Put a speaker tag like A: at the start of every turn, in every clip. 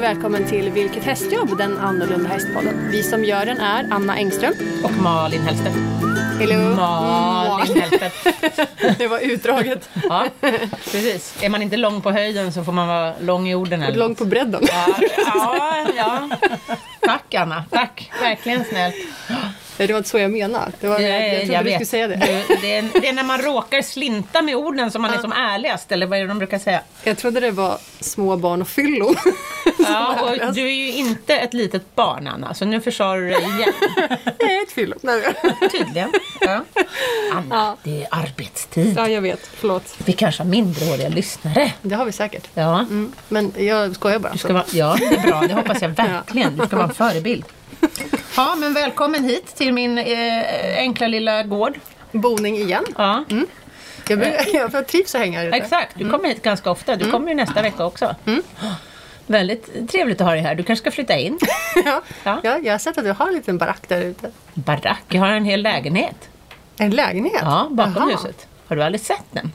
A: välkommen till Vilket hästjobb? Den annorlunda hästpodden. Vi som gör den är Anna Engström.
B: Och Malin Hellstedt.
A: Hello.
B: Malin Hellstedt.
A: det var utdraget.
B: Ja, precis. Är man inte lång på höjden så får man vara lång i orden. Eller?
A: Långt på bredden.
B: Ja, ja, ja. Tack Anna, tack. Verkligen snällt. Eh,
A: Det var inte så jag menade. Det var, jag trodde du skulle säga det.
B: Du, det, är, det är när man råkar slinta med orden som man är som ärligast, eller vad är det de brukar säga?
A: Jag trodde det var små barn och fyllo.
B: Ja, och du är ju inte ett litet barn Anna, så nu försvarar du dig igen.
A: Nej, ett fyllo. Nej.
B: Tydligen. Ja. Anna,
A: Ja.
B: det är arbetstid.
A: Ja, jag vet. Förlåt.
B: Vi kanske har mindreåriga lyssnare.
A: Det har vi säkert.
B: Ja.
A: Mm. Men jag skojar bara.
B: Du ska vara, ja, det är bra. Det hoppas jag verkligen. Du ska vara en förebild. Ja, men välkommen hit till min eh, enkla lilla gård. Mm.
A: Boning igen.
B: Ja,
A: Jag, blir, jag trivs att hänga här ute.
B: exakt. Du kommer hit ganska ofta. Du kommer ju nästa vecka också. Väldigt trevligt att ha dig här. Du kanske ska flytta in.
A: Ja.
B: Ja.
A: Ja, jag har sett att du har en liten barack där ute.
B: Barack, jag har en hel lägenhet.
A: En lägenhet?
B: Ja, bakom
A: Jaha.
B: huset. Har du aldrig sett den?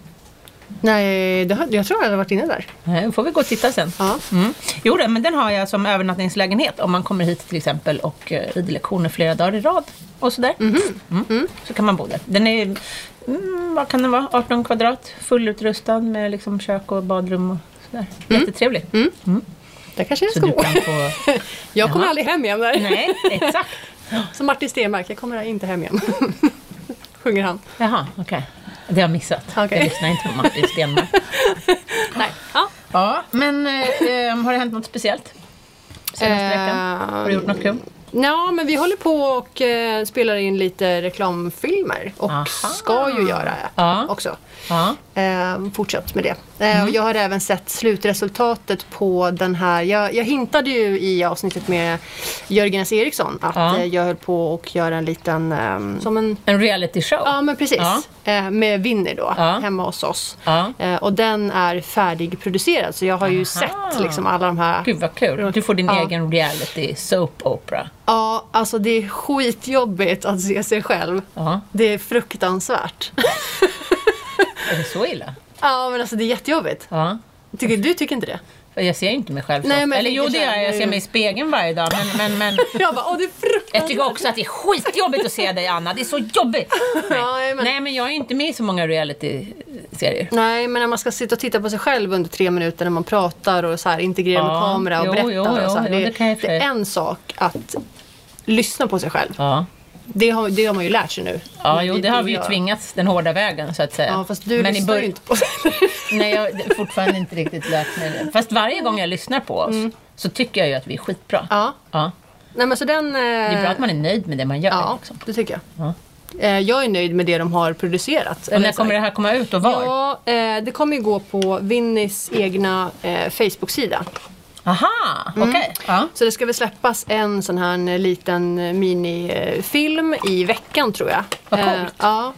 A: Nej, det har, jag tror jag har varit inne där.
B: Nej, då får vi gå och titta sen.
A: Ja.
B: Mm. Jo, då, men den har jag som övernattningslägenhet om man kommer hit till exempel och eh, ridlektioner flera dagar i rad. Och sådär.
A: Mhm.
B: Mm. Så kan man bo där. Den är, mm, vad kan den vara, 18 kvadrat, fullutrustad med liksom kök och badrum och sådär.
A: Mm.
B: Jättetrevlig.
A: Där kanske jag
B: Så
A: ska
B: du
A: bo.
B: kan få...
A: Jag kommer
B: Jaha.
A: aldrig hem igen där.
B: Nej, exakt.
A: Som Martin Stenmark, jag kommer inte hem igen. Sjunger han.
B: Jaha, okej. Det har jag missat.
A: Okej.
B: Jag lyssnar inte på Martin Stenmarck.
A: Nej. Ja.
B: Ja, men eh, eh, har det hänt något speciellt? Senaste veckan? Har du gjort något
A: Eh,
B: kul?
A: Ja, men vi håller på och eh, spelar in lite reklamfilmer och
B: Aha.
A: ska ju göra det
B: Ja. Mm.
A: också.
B: Ja.
A: Eh, fortsatt med det. Eh, och jag har även sett slutresultatet på den här. Jag, jag hintade ju i avsnittet med Jörgen S. Eriksson att
B: Ja.
A: eh, jag höll på och göra en liten... ehm, som en,
B: En reality show?
A: ja, men precis.
B: Ja.
A: Eh, med Winner då,
B: Ja.
A: hemma hos oss.
B: Ja.
A: Eh, och den är färdigproducerad så jag har ju
B: Aha.
A: sett liksom alla de här
B: Gud vad kul. Du får din
A: Ja.
B: egen reality soap opera.
A: Ja, alltså det är skitjobbigt att se sig själv.
B: Ja,
A: Det är fruktansvärt.
B: är det så illa?
A: ja, men alltså det är jättejobbigt.
B: Ja.
A: Tycker, du tycker inte det?
B: För jag ser ju inte mig själv så
A: Nej, men
B: ofta.
A: jag
B: Eller jo
A: tänker
B: det
A: så
B: gör
A: här,
B: jag, jag
A: nu-
B: ser mig i spegeln varje dag. Men, men, men
A: Jag bara, åh det är fruktansvärt.
B: jag tycker också att det är skitjobbigt att se dig Anna, det är så jobbigt. Nej,
A: Ja, nej, men-
B: Nej men jag är inte med i så många reality-serier.
A: Nej, men när man ska sitta och titta på sig själv under tre minuter när man pratar och så här, integrerar med
B: Ja,
A: kamera och
B: jo,
A: berättar.
B: jo,
A: och så här,
B: jo, jo, det kan jag
A: det är
B: för-
A: en sak att lyssna på sig själv.
B: Ja,
A: Det har, det har man ju lärt sig nu.
B: ja
A: Men
B: jo
A: vi-
B: det har vi
A: och
B: ju
A: jag-
B: tvingats den hårda vägen så att säga.
A: Ja, fast du
B: Men i
A: lyssnar
B: bör-
A: ju inte på sig
B: Nej, jag har fortfarande inte riktigt lärt mig det. Fast varje gång jag lyssnar på oss så tycker jag ju att vi är skitbra.
A: Mm. Ja,
B: Ja.
A: nej men så den... Det
B: Det är bra att man är nöjd med det man gör.
A: Ja,
B: Liksom.
A: det tycker jag.
B: Ja.
A: Eh, Jag är nöjd med det de har producerat.
B: Och
A: Eller så
B: när
A: här-
B: kommer det här komma ut och var?
A: Ja, eh, det kommer ju gå på Winnis egna eh, Facebook-sida.
B: Aha,
A: Mm.
B: okej. Ja.
A: Så det ska väl släppas en sån här en liten eh, minifilm i veckan tror jag. Eh,
B: Vad coolt.
A: ja.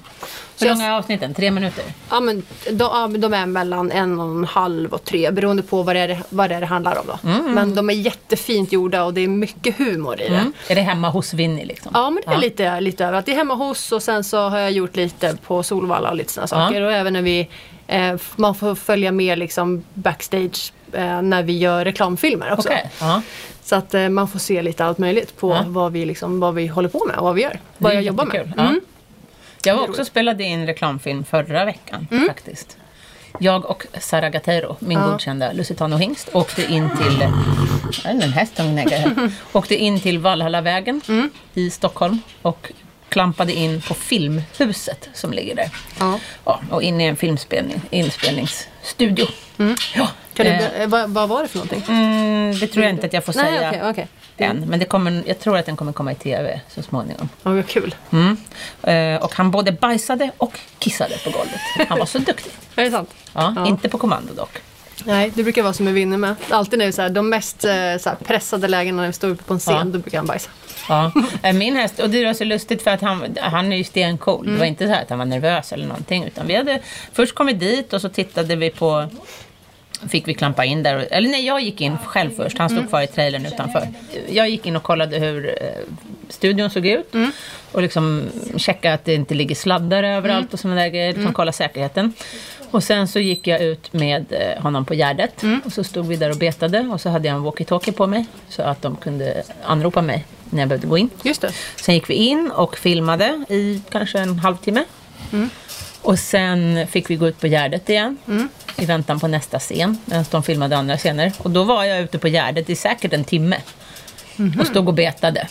A: Så
B: Hur
A: jag,
B: långa är avsnitten? Tre minuter?
A: ja, men de, ja, men de är mellan en och en halv och tre beroende på vad det, är, vad det, är det handlar om. Då.
B: Mm.
A: Men de är jättefint gjorda och det är mycket humor i det.
B: Är det hemma hos Winnie liksom?
A: Mm. Ja, men det är lite, lite överallt. Det är hemma hos och sen så har jag gjort lite på Solvalla och lite sådana saker. Och även när vi, eh, f- man får följa med liksom backstage eh, när vi gör reklamfilmer också.
B: Okej. Ja.
A: Så att eh, man får se lite allt möjligt på
B: Ja.
A: vad, vi liksom, vad vi håller på med och vad vi gör.
B: Det
A: Vad
B: är
A: jag jobbar med.
B: jättekul. Ja.
A: Mm.
B: Jag var också spelade in reklamfilm förra veckan
A: Mm.
B: faktiskt. Jag och Sara Gatero, min godkända Lusitano Hingst, åkte in till...
A: Mm.
B: Jag vet inte, en häst som gnäggar här. Åkte in till Valhallavägen
A: Mm.
B: i Stockholm och klampade in på Filmhuset som ligger där.
A: Ja.
B: Ja, och in i en filmspelning, inspelningsstudio. Ja,
A: Mm. Kan du,
B: eh,
A: be- eh, vad, vad var det för någonting?
B: Mm, det tror jag inte att jag får
A: Nej,
B: säga
A: okej, okej.
B: än. Men det kommer, jag tror att den kommer komma i tv så småningom.
A: Ja, vad kul.
B: Mm. Eh, och han både bajsade och kissade på golvet. Han var så duktig.
A: Är det sant?
B: Ja,
A: Ja.
B: Inte på kommando dock.
A: Nej, det brukar vara som en vinner med. Alltid när det är så här, de mest eh, så här, pressade lägena när vi står uppe på en scen,
B: Ja.
A: då brukar han bajsa.
B: Ja. Eh, Min häst, och det var så lustigt för att han, han är ju stencool. Det var inte så här att han var nervös eller någonting. Utan vi hade först kommit dit och så tittade vi på fick vi klampa in där. Eller nej, jag gick in själv först. Han stod kvar i trailern utanför. Jag gick in och kollade hur eh, studion såg ut. Och liksom checka att det inte ligger sladdar överallt och sådana där grejer. Liksom kolla säkerheten. Och sen så gick jag ut med eh, honom på Gärdet. Och så stod vi där och betade. Och så hade jag en walkie-talkie på mig. Så att de kunde anropa mig när jag behövde gå in.
A: Just det.
B: Sen gick vi in och filmade i kanske en halvtimme. Och sen fick vi gå ut på Gärdet igen i väntan på nästa scen, medan de filmade andra scener. Och då var jag ute på Gärdet i säkert en timme och stod och betade.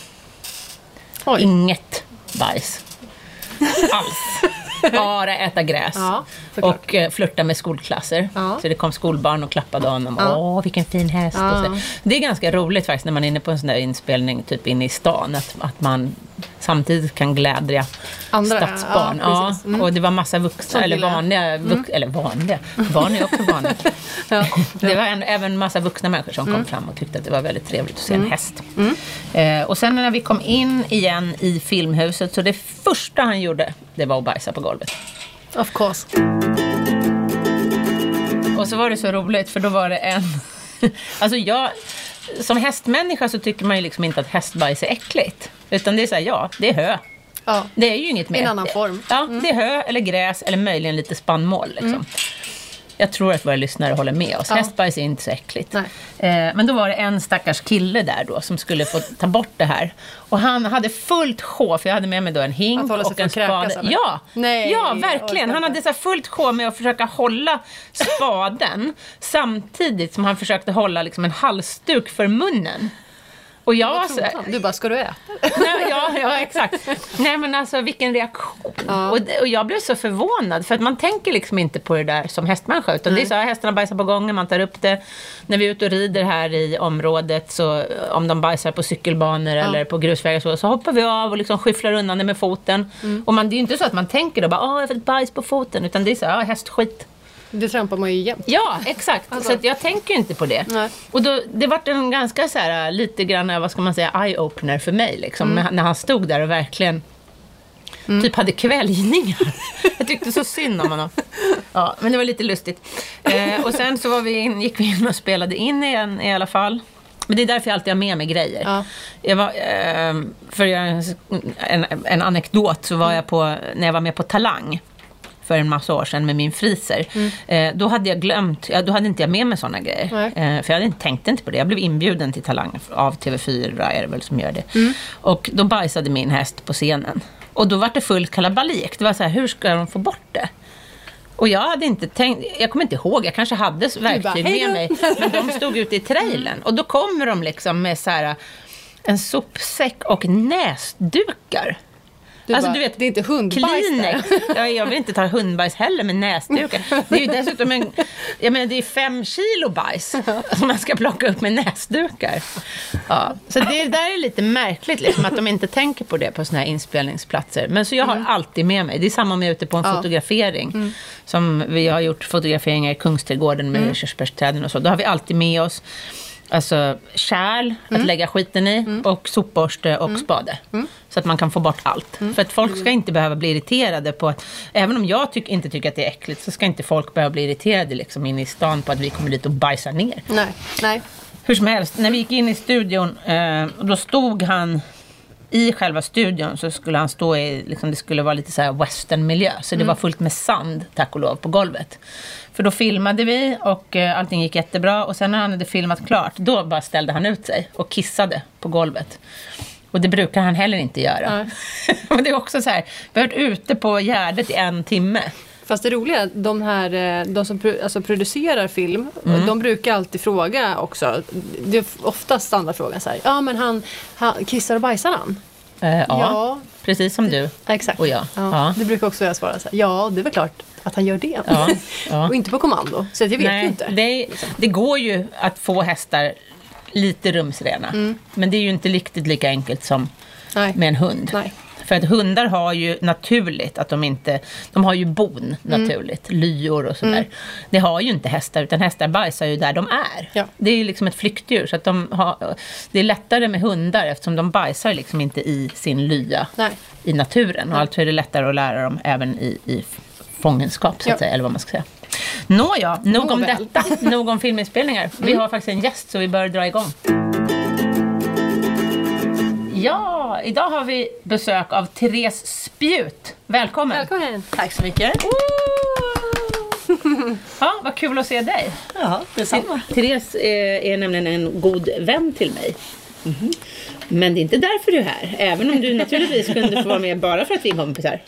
A: Oj.
B: Inget bajs. Alls. Bara äta gräs.
A: Ja, såklart.
B: och eh, flörta med skolklasser.
A: Ja.
B: Så det kom skolbarn och klappade honom. Åh, vilken fin häst. Och så.
A: Ja.
B: Det är ganska roligt faktiskt när man är inne på en sån där inspelning typ inne i stan. Att, att man samtidigt kan glädja
A: Andra,
B: stadsbarn.
A: ja,
B: Ja,
A: precis. Mm.
B: Och det var massa vuxna,
A: Som
B: eller
A: gillar. Mm.
B: vanliga, vux, eller vanliga, barn är också vanliga.
A: Ja. Mm.
B: Det var en, även massa vuxna människor som kom fram och tyckte att det var väldigt trevligt att se en häst. Eh, och sen när vi kom in igen i filmhuset, så det första han gjorde, det var att bajsa på golvet.
A: Of course.
B: Och så var det så roligt för då var det en... Alltså jag... Som hästmänniska så tycker man ju liksom inte att hästbajs är äckligt. Utan det är såhär, ja, det är hö.
A: Ja.
B: Det är ju inget mer.
A: en annan form. Mm.
B: Ja, det är hö eller gräs eller möjligen lite spannmål. Liksom. Jag tror att våra lyssnare håller med oss.
A: Ja.
B: Hästbajs är inte så äckligt.
A: Nej.
B: Eh, men då var det en stackars kille där då som skulle få ta bort det här. Och han hade fullt sjå, för jag hade med mig då en
A: Att
B: hink
A: hålla sig
B: och en
A: från att kräkas,
B: spade.
A: eller?
B: Ja,
A: Nej,
B: ja,
A: jag orkar
B: verkligen.
A: inte.
B: Han hade så här fullt sjå med att försöka hålla spaden samtidigt som han försökte hålla liksom en halsduk för munnen. Och jag var så här,
A: Trotsamt. Du bara, ska du äta?
B: Nej, ja, ja, exakt. Nej, men alltså vilken reaktion.
A: Ja.
B: Och, det- och jag blev så förvånad, för att man tänker liksom inte på det där som hästmänniska. Utan det är så här, hästarna bajsar på gången, man tar upp det. När vi är ute och rider här i området, så eh, om de bajsar på cykelbanor eller på grusvägar så, så hoppar vi av och liksom skyfflar undan det med foten. Och man, det är ju inte så att man tänker då bara, åh, jag fick bajs på foten. Utan det är så här, "Ah, hästskit.
A: Det trampar man ju jämt.
B: Ja, exakt.
A: Alltså-
B: Så att jag tänker ju inte på det.
A: Nej.
B: Och då, det vart en ganska så här, lite grann, vad ska man säga, eye-opener för mig. Liksom,
A: Mm.
B: när, han- när han stod där och verkligen typ hade kväljningar. jag tyckte så synd om honom. Ja, men det var lite lustigt. Eh, och sen så var vi in, gick vi in och spelade in igen i alla fall. Men det är därför jag alltid har med mig grejer.
A: Ja.
B: Jag var, ehm, för jag, en, en anekdot så var jag på, när jag var med på Talang för en massa år sedan med min friser. Eh, då hade jag glömt, ja, då hade inte jag med mig sådana grejer.
A: Nej.
B: Eh, för jag hade inte, tänkte inte på det. Jag blev inbjuden till Talang av TV4 är det väl som gör det.
A: Mm.
B: Och då bajsade min häst på scenen. Och då var det fullt kalabalik. Det var så här, hur ska de få bort det? Och jag hade inte tänkt, jag kommer inte ihåg, jag kanske hade verktyg
A: "Hej
B: med
A: då."
B: mig. Men de stod ute i trailern och då kommer de liksom med så här en sopsäck och näsdukar.
A: Du
B: Alltså,
A: bara, "Det är inte hundbajs
B: Kleenex. Ja, jag vill inte ta hundbajs heller med näsdukar. Det är ju dessutom en, jag menar, det är fem kilo bajs som man ska plocka upp med näsdukar. Ja, så det där är lite märkligt, liksom, att de inte tänker på det på såna här inspelningsplatser. Men så jag har alltid med mig. Det är samma om jag är ute på en
A: Mm. Ja. Mm.
B: fotografering. Som vi har gjort fotograferingar i Kungsträdgården med körsbärsträden och så. Då har vi alltid med oss Alltså kärl att lägga skiten i och sopborste och spade. Så att man kan få bort allt. För att folk ska inte behöva bli irriterade på att, även om jag tyck, inte tycker att det är äckligt, så ska inte folk behöva bli irriterade liksom inne i stan på att vi kommer dit och bajsar ner.
A: Nej, nej.
B: Hur som helst, när vi gick in i studion, eh, och då stod han i själva studion så skulle han stå i, liksom, det skulle vara lite så här westernmiljö. Så det var
A: Mm.
B: fullt med sand, tack och lov, på golvet. För då filmade vi och eh, allting gick jättebra. Och sen när han hade filmat klart, då bara ställde han ut sig och kissade på golvet. Och det brukar han heller inte göra. Men det är också så här, vi har varit ute på Gärdet i en timme.
A: Fast det roliga är att de här, eh, de som pro, alltså producerar film,
B: Mm.
A: de brukar alltid fråga också. Det är oftast standardfrågan så här, ja men han, han kissar och bajsar han?
B: Eh, ja,
A: Ja.
B: precis som du.
A: Exakt.
B: Och jag.
A: Ja.
B: Ja.
A: Det brukar också jag svara så här, ja det är väl klart att han gör det.
B: Ja, ja.
A: och inte på kommando, så att jag vet ju inte.
B: Det, det går ju att få hästar lite rumsrena.
A: Mm.
B: Men det är ju inte riktigt lika enkelt som
A: Nej.
B: med en hund.
A: Nej.
B: För att hundar har ju naturligt att de inte... De har ju
A: Mm.
B: bon naturligt, lyor och sådär. Det har ju inte hästar, utan hästar bajsar ju där de är.
A: Ja.
B: Det är ju liksom ett flyktdjur. Så att de har, det är lättare med hundar eftersom de bajsar liksom inte i sin lya
A: Nej.
B: i naturen. Och alltså är det lättare att lära dem även i, i fångenskap, så att
A: Ja.
B: säga, eller vad man ska säga. Nåja, nog om
A: Nåväl.
B: detta. Nog om filminspelningar. Vi har faktiskt en gäst, så vi bör dra igång. Ja, idag har vi besök av Therese Spjut. Välkommen!
A: Välkommen!
B: Tack så mycket.
C: Ja, vad kul att se dig.
D: Ja, detsamma.
B: Therese eh, är nämligen en god vän till mig. Mhm. Men det är inte därför du är här, även om du naturligtvis kunde få vara med bara för att vi är kompisar.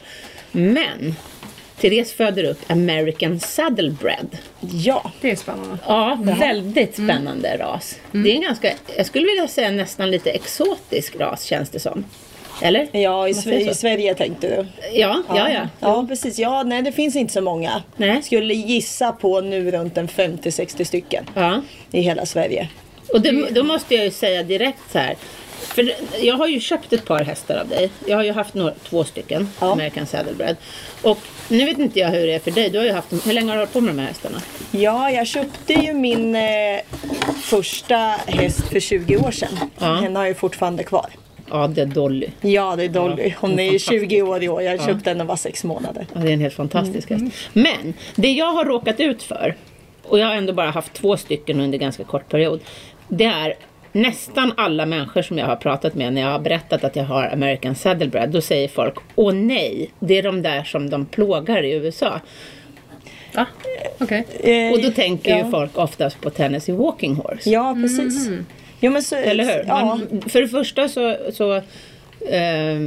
B: Men Therese föder upp American Saddlebred.
D: Ja.
A: Det är spännande.
B: Ja,
D: Mm.
B: väldigt spännande ras. Det är en ganska, jag skulle vilja säga nästan lite exotisk ras känns det som. Eller?
D: Ja, i,
B: Man
D: Sve-
B: säger så.
D: i Sverige tänkte du.
B: Ja, ja, ja.
D: ja precis. Ja, nej det finns inte så många.
B: Nej.
D: Skulle gissa på nu runt en 50-60 stycken
B: ja.
D: i hela Sverige.
B: Och det, då måste jag ju säga direkt så här. För jag har ju köpt ett par hästar av dig. Jag har ju haft några, två stycken
D: Ja.
B: American Saddlebred. Och nu vet inte jag hur det är för dig. Du har ju haft dem. Hur länge har du hållit på med de här hästarna?
D: Ja, jag köpte ju min eh, första häst för 20 år sedan.
B: Ja.
D: Den har jag ju fortfarande kvar.
B: Ja, det är Dolly.
D: Ja, det är Dolly. Hon är ju
B: fantastisk.
D: 20 år i år. Jag köpte den när hon var 6 månader.
B: Ja, det är en helt fantastisk
D: Mm.
B: häst. Men det jag har råkat ut för, och jag har ändå bara haft två stycken under ganska kort period, det är nästan alla människor som jag har pratat med när jag har berättat att jag har American Saddlebred, då säger folk åh nej, det är de där som de plågar i USA.
C: Va?
A: Okej.
D: Eh,
B: Och då tänker
D: ja.
B: ju folk oftast på Tennessee Walking Horse.
D: Ja, precis. Jo, men så,
B: Mm. Eller hur?
D: Ja.
B: Man, för det första så, så eh,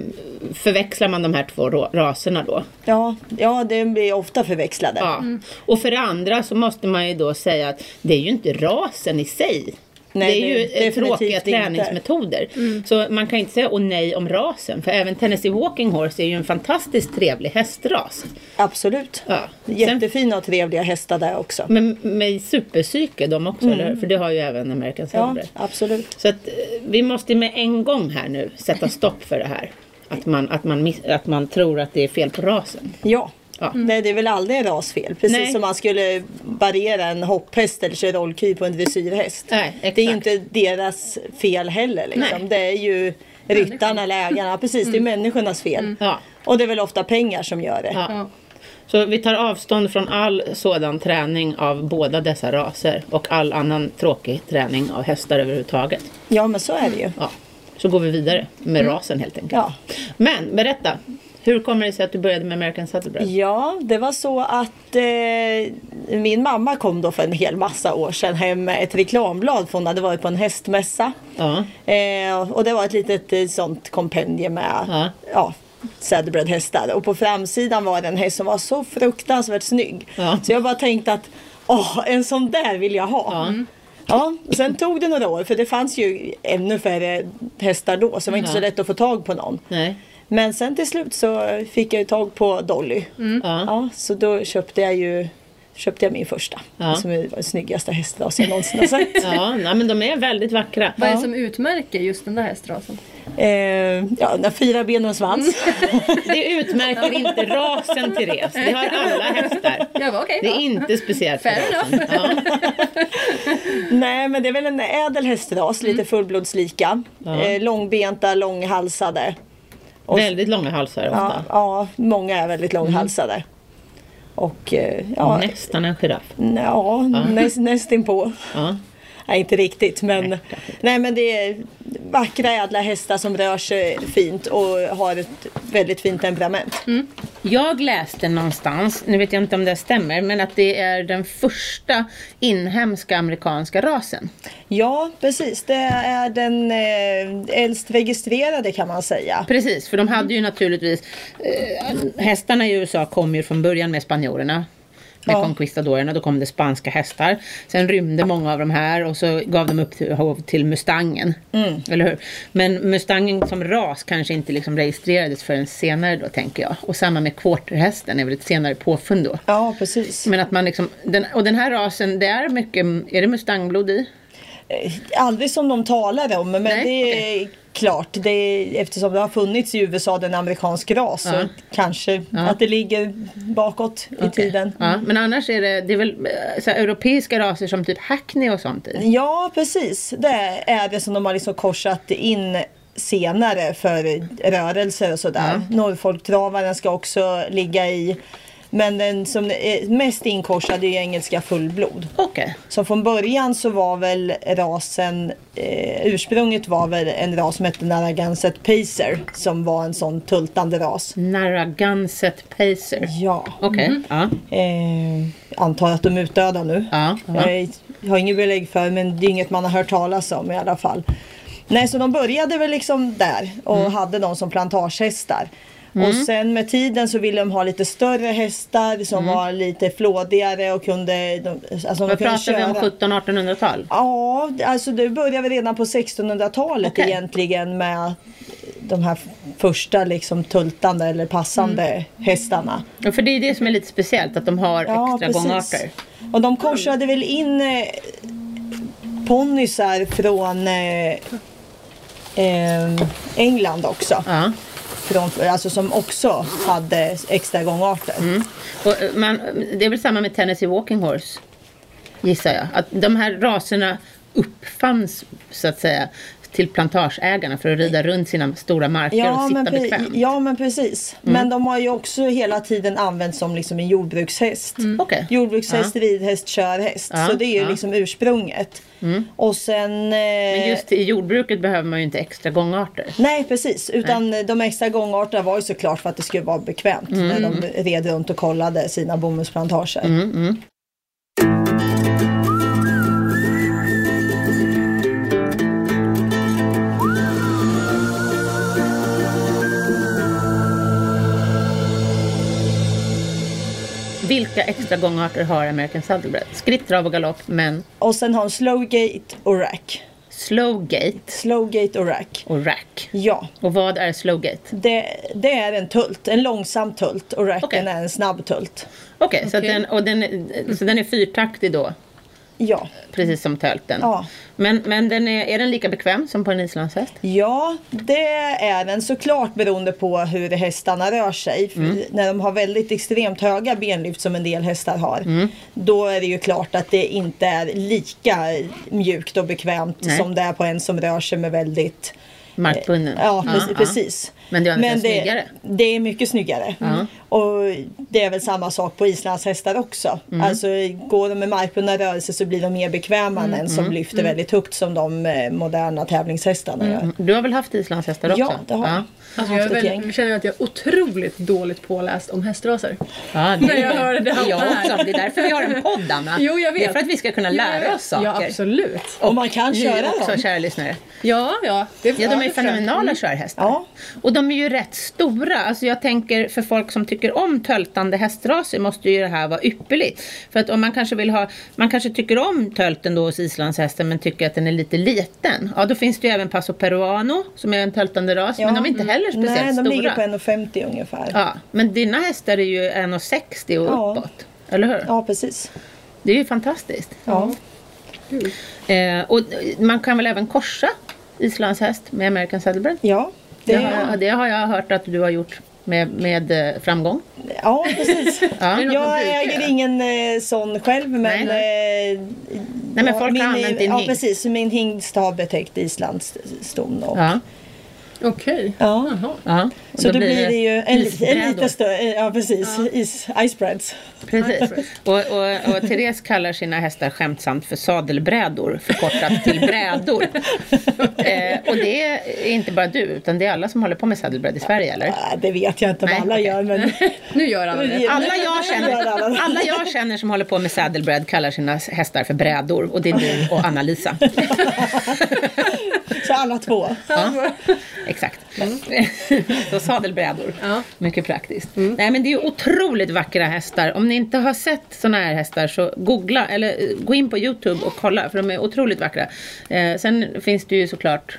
B: förväxlar man de här två ra- raserna då.
D: Ja, ja, det blir ofta förväxlade.
B: Ja. Mm. Och för det andra så måste man ju då säga att det är ju inte rasen i sig.
D: Nej,
B: det är ju
D: det är
B: eh, tråkiga
D: definitivt inte. Mm.
B: träningsmetoder. Så man kan inte säga åh nej om rasen. För även Tennessee Walking Horse är ju en fantastiskt trevlig hästras.
D: Absolut.
B: Ja.
D: Jättefina och trevliga hästar där också.
B: Men med superpsyke de också, eller? För det har ju även American
D: Mm. Ja,
B: Saddlebred.
D: absolut.
B: Så att eh, vi måste med en gång här nu sätta stopp för det här. Att man, att man, miss, att man tror att det är fel på rasen.
D: Ja. Mm.
B: Ja.
D: Nej, det är väl aldrig rasfel. Precis
B: Nej.
D: som man skulle variera en hopphäst eller cherolky på en dressyrhäst.
B: Nej, exakt.
D: det är ju inte deras fel heller. Liksom.
B: Nej. Mm.
D: Det är ju ryttarna eller ägarna. Precis, det är människornas fel.
B: Ja.
D: Och det är väl ofta pengar som gör det.
B: Ja.
A: Ja.
B: Så vi tar avstånd från all sådan träning av båda dessa raser och all annan tråkig träning av hästar överhuvudtaget.
D: Ja, men så är det ju.
B: Ja. Så går vi vidare med rasen helt enkelt.
D: Mm. Ja.
B: Men berätta, hur kommer det sig att du började med American Saddlebred?
D: Ja, det var så att eh, min mamma kom då för en hel massa år sedan hem med ett reklamblad för hon hade varit på en hästmässa.
B: Ja.
D: Eh, och det var ett litet eh, sånt kompendium med
B: Ja.
D: ja, saddlebred-hästar. Och på framsidan var det en häst som var så fruktansvärt snygg.
B: Ja.
D: Så jag bara tänkte att åh, en sån där vill jag ha.
B: Ja.
D: Ja, och sen tog det några år för det fanns ju ännu färre hästar då så det var inte
B: Ja.
D: så lätt att få tag på någon.
B: Nej.
D: Men sen till slut så fick jag ju tag på Dolly.
B: Mm. Ja.
D: Ja, så då köpte jag ju köpte jag min första.
B: Ja.
D: Som var den snyggaste hästrasen jag någonsin har sett.
B: Ja, nej, men de är väldigt vackra.
A: Vad är det som utmärker just den där hästrasen?
D: eh, ja, den har fyra ben och en svans.
B: Det utmärker inte rasen Therese. Det har alla hästar.
A: Jag bara, okej.
B: Det är
A: ja.
B: inte speciellt för
A: Fair
B: rasen. Ja.
D: Nej, men det är väl en ädel hästras, lite fullblodslika.
B: Ja.
D: Eh, långbenta, långhalsade. Och-
B: Väldigt långa halsar
D: Ja,
B: ofta.
D: ja, många är väldigt långhalsade. Och eh, ja,
B: Nästan en giraff.
D: ja, näst, nästinpå.
B: Ja.
D: Nej, inte riktigt. Men, nej, men det är vackra ädla hästar som rör sig fint och har ett väldigt fint temperament.
B: Jag läste någonstans, nu vet jag inte om det stämmer, men att det är den första inhemska amerikanska rasen.
D: Ja, precis. Det är den eh, äldst registrerade kan man säga.
B: Precis, för de hade ju naturligtvis, eh, hästarna i USA kom ju från början med spanjorerna. Med
D: Ja.
B: conquistadorerna, då kom det spanska hästar. Sen rymde många av de här och så gav de upp till, hov till mustangen. Eller hur? Men mustangen som ras kanske inte liksom registrerades förrän senare då tänker jag. Och samma med quarterhästen är väl ett senare påfund då.
D: Ja, precis.
B: Men att man liksom, den, och den här rasen, det är mycket, är det mustangblod i?
D: Eh, Aldrig som de talar om, men
B: Nej,
D: det är klart. Det är, eftersom det har funnits i USA den amerikansk ras
B: Ja.
D: så kanske att det ligger bakåt i tiden.
B: Ja, men annars är det, det är väl eh, så här, europeiska raser som typ hackney och sånt i?
D: Ja, precis. Det är det som de har liksom korsat in senare för rörelser och sådär. Norrfolktravaren ska också ligga i. Men den som är mest inkorsad är ju engelska fullblod.
B: Okej.
D: Så från början så var väl rasen, eh, ursprunget var väl en ras som hette Narragansett Pacer som var en sån tultande ras.
B: Narragansett Pacer.
D: Ja.
B: Okej. Ja.
D: Eh, antar att de är utdöda nu.
B: Ja, ja.
D: Jag, jag har inget belägg för men det är inget man har hört talas om i alla fall. Nej, så de började väl liksom där och
B: Mm.
D: hade dem som plantagehästar. Och sen med tiden så ville de ha lite större hästar som
B: Mm.
D: var lite flådigare och kunde... De, alltså de
B: Vad
D: kunde
B: pratar vi om
D: köra.
B: 1700-1800-tal?
D: Ja, alltså det började väl redan på 1600-talet
B: Okej.
D: egentligen med de här första liksom tultande eller passande
B: Mm.
D: hästarna.
B: Ja, För det är det som är lite speciellt, att de har extra gångarter.
D: Och de korsade väl in eh, ponnysar från eh, eh, England också.
B: Ja.
D: Från, alltså som också hade extra gångarter.
B: Och eh, man, det är väl samma med Tennessee Walking Horse, gissar jag. Att de här raserna uppfanns, så att säga, till plantageägarna för att rida runt sina stora marker och sitta Mm.
D: pre-
B: bekvämt.
D: ja men precis. Men de har ju också hela tiden använts som liksom en jordbrukshäst.
B: Okej.
D: Jordbrukshäst, ridhäst, körhäst.
B: Ja,
D: Så det är ju
B: ja. Mm.
D: liksom ursprunget. Och sen... eh,
B: Men just i jordbruket behöver man ju inte extra gångarter.
D: Nej precis, utan de extra gångarterna var ju såklart för att det skulle vara bekvämt när
B: Mm.
D: de red runt och kollade sina bomullsplantager.
B: Vilka extra gångarter har American Saddlebred? Skritt, trav och galopp, men
D: Och sen har de slowgate och rack.
B: slowgate
D: Slowgate och rack.
B: och rack.
D: Ja,
B: Och vad är slowgate?
D: det, det är en tult, en långsam tult och racken
B: Okej.
D: är en snabb tult.
B: Okej, så, att den, och den, så den är fyrtaktig då,
D: Ja,
B: precis som tölten.
D: Ja.
B: Men, men den är, är den lika bekväm som på en islandshäst?
D: Ja, det är den såklart beroende på hur hästarna rör sig. För
B: Mm.
D: När de har väldigt extremt höga benlyft som en del hästar har.
B: Mm.
D: Då är det ju klart att det inte är lika mjukt och bekvämt
B: Nej.
D: som det är på en som rör sig med väldigt eh,
B: Markbunden?
D: Ja, precis. precis.
B: Men det är inte snyggare.
D: Det är mycket snyggare. Och det är väl samma sak på islandshästar också.
B: Mm.
D: Alltså går de med markbundna rörelser så blir de mer bekväma
B: Mm,
D: än en som lyfter väldigt högt som de eh, moderna
B: Mm,
D: tävlingshästarna gör.
B: Du har väl haft islandshästar också?
D: Ja, det har jag.
A: Alltså jag är
D: Haft ett
A: väldigt,
D: gäng.
A: känner att jag är otroligt dåligt påläst om hästraser.
B: Ja,
A: När jag hörde det här.
B: jag också. Det är därför vi har en podd, Anna.
A: Jo, jag vet.
B: Det är för att vi ska kunna
A: Jo, jag
B: lära
A: vet.
B: oss saker.
A: Ja, absolut.
D: Och man kan
B: Ni
D: köra
B: också,
D: dem.
B: kära lyssnare.
A: Ja, ja. Det
B: Ja, de är ju
A: det tror jag.
B: fenomenala
D: Mm.
B: körhästar.
D: Ja.
B: Och de är ju rätt stora. Alltså jag tänker för folk som tycker om töltande hästraser måste ju det här vara ypperligt. För att om man kanske vill ha, man kanske tycker om tölten då hos islandshästen men tycker att den är lite liten. Ja då finns det ju även Paso Peruano som är en töltande ras men de är inte heller speciellt
D: Mm. Nej, de
B: stora.
D: ligger på 1,50 ungefär. Ja.
B: Ja, men dina hästar är ju 1,60 och
D: Ja.
B: uppåt. Eller hur?
D: precis.
B: Det är ju fantastiskt.
D: Ja.
B: Eh, och man kan väl även korsa islandshäst med American Saddlebred?
D: Ja. Det,
B: Det har, det har jag hört att du har gjort med, med eh, framgång.
D: ja, precis.
B: Ja.
A: det något man
D: Jag
A: brukar
D: äger
A: göra?
D: ingen eh, sån själv men...
B: Nej,
D: nej.
B: Nej, men folk har använt din
D: Ja,
B: hingst.
D: precis. Min hingst har betäckt Islands stom. Och, ja.
B: Ja.
A: Okej.
D: Ja.
A: Jaha.
B: ja. Och
D: Så då, blir det ju en, li- en
B: isbrädor.
D: lite större, ja precis, Is, icebreads.
B: Precis. Och, och, och Therese kallar sina hästar skämtsamt för sadelbrädor, förkortat till brädor. eh, och det är inte bara du, utan det är alla som håller på med sadelbräd i Sverige, eller?
D: Äh, det vet jag inte vad
B: Nej,
D: alla
B: okej.
D: gör men...
A: Nu gör alla det.
B: Alla jag, känner, alla jag känner som håller på med sadelbräd kallar sina hästar för brädor och det är du och Anna-Lisa.
D: Så alla två.
B: Ja, exakt. Så sadelbrädor.
A: Ja.
B: Mycket praktiskt. Nej men det är ju otroligt vackra hästar. Om ni inte har sett sådana här hästar så googla eller eh, gå in på Youtube och kolla för de är otroligt vackra. Eh, sen finns det ju såklart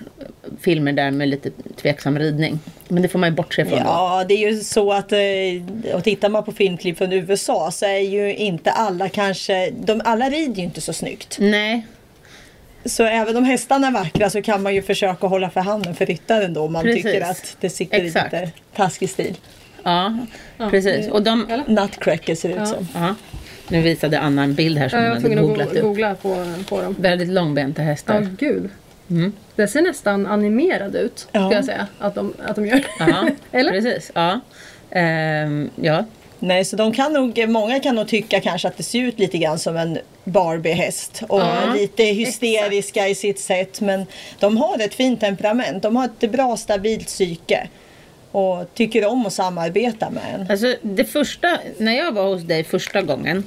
B: filmer där med lite tveksam ridning. Men det får man ju bortse ifrån då.
D: Ja, det är ju så att eh, och tittar man på filmklipp från USA så är ju inte alla kanske, de, alla rider ju inte så snyggt.
B: Nej,
D: Så även om hästarna är vackra så kan man ju försöka hålla för handen för ryttaren då om man
B: Precis.
D: tycker att det sitter
B: Exakt.
D: i lite taskig stil.
B: ja, precis. Och de...
D: Nutcracker ser det ut som.
B: Ja. Nu visade Anna en bild här som
A: Ja, jag
B: hon
A: var
B: hade
A: tvungen att
B: googlat
A: go-
B: upp.
A: googla på, på dem.
B: Väldigt långbenta
A: Ja,
B: hästar.
A: gud.
B: Mm.
A: Det ser nästan animerad ut, ska
D: Ja.
A: jag säga. Att de, att de gör.
B: Ja,
A: Eller?
B: precis. Ja. Ehm, ja,
D: Nej, så de kan nog, många kan nog tycka kanske att det ser ut lite grann som en Barbie-häst och är lite hysteriska i sitt sätt. Men de har ett fint temperament, de har ett bra stabilt psyke och tycker om att samarbeta med en.
B: Alltså det första, när jag var hos dig första gången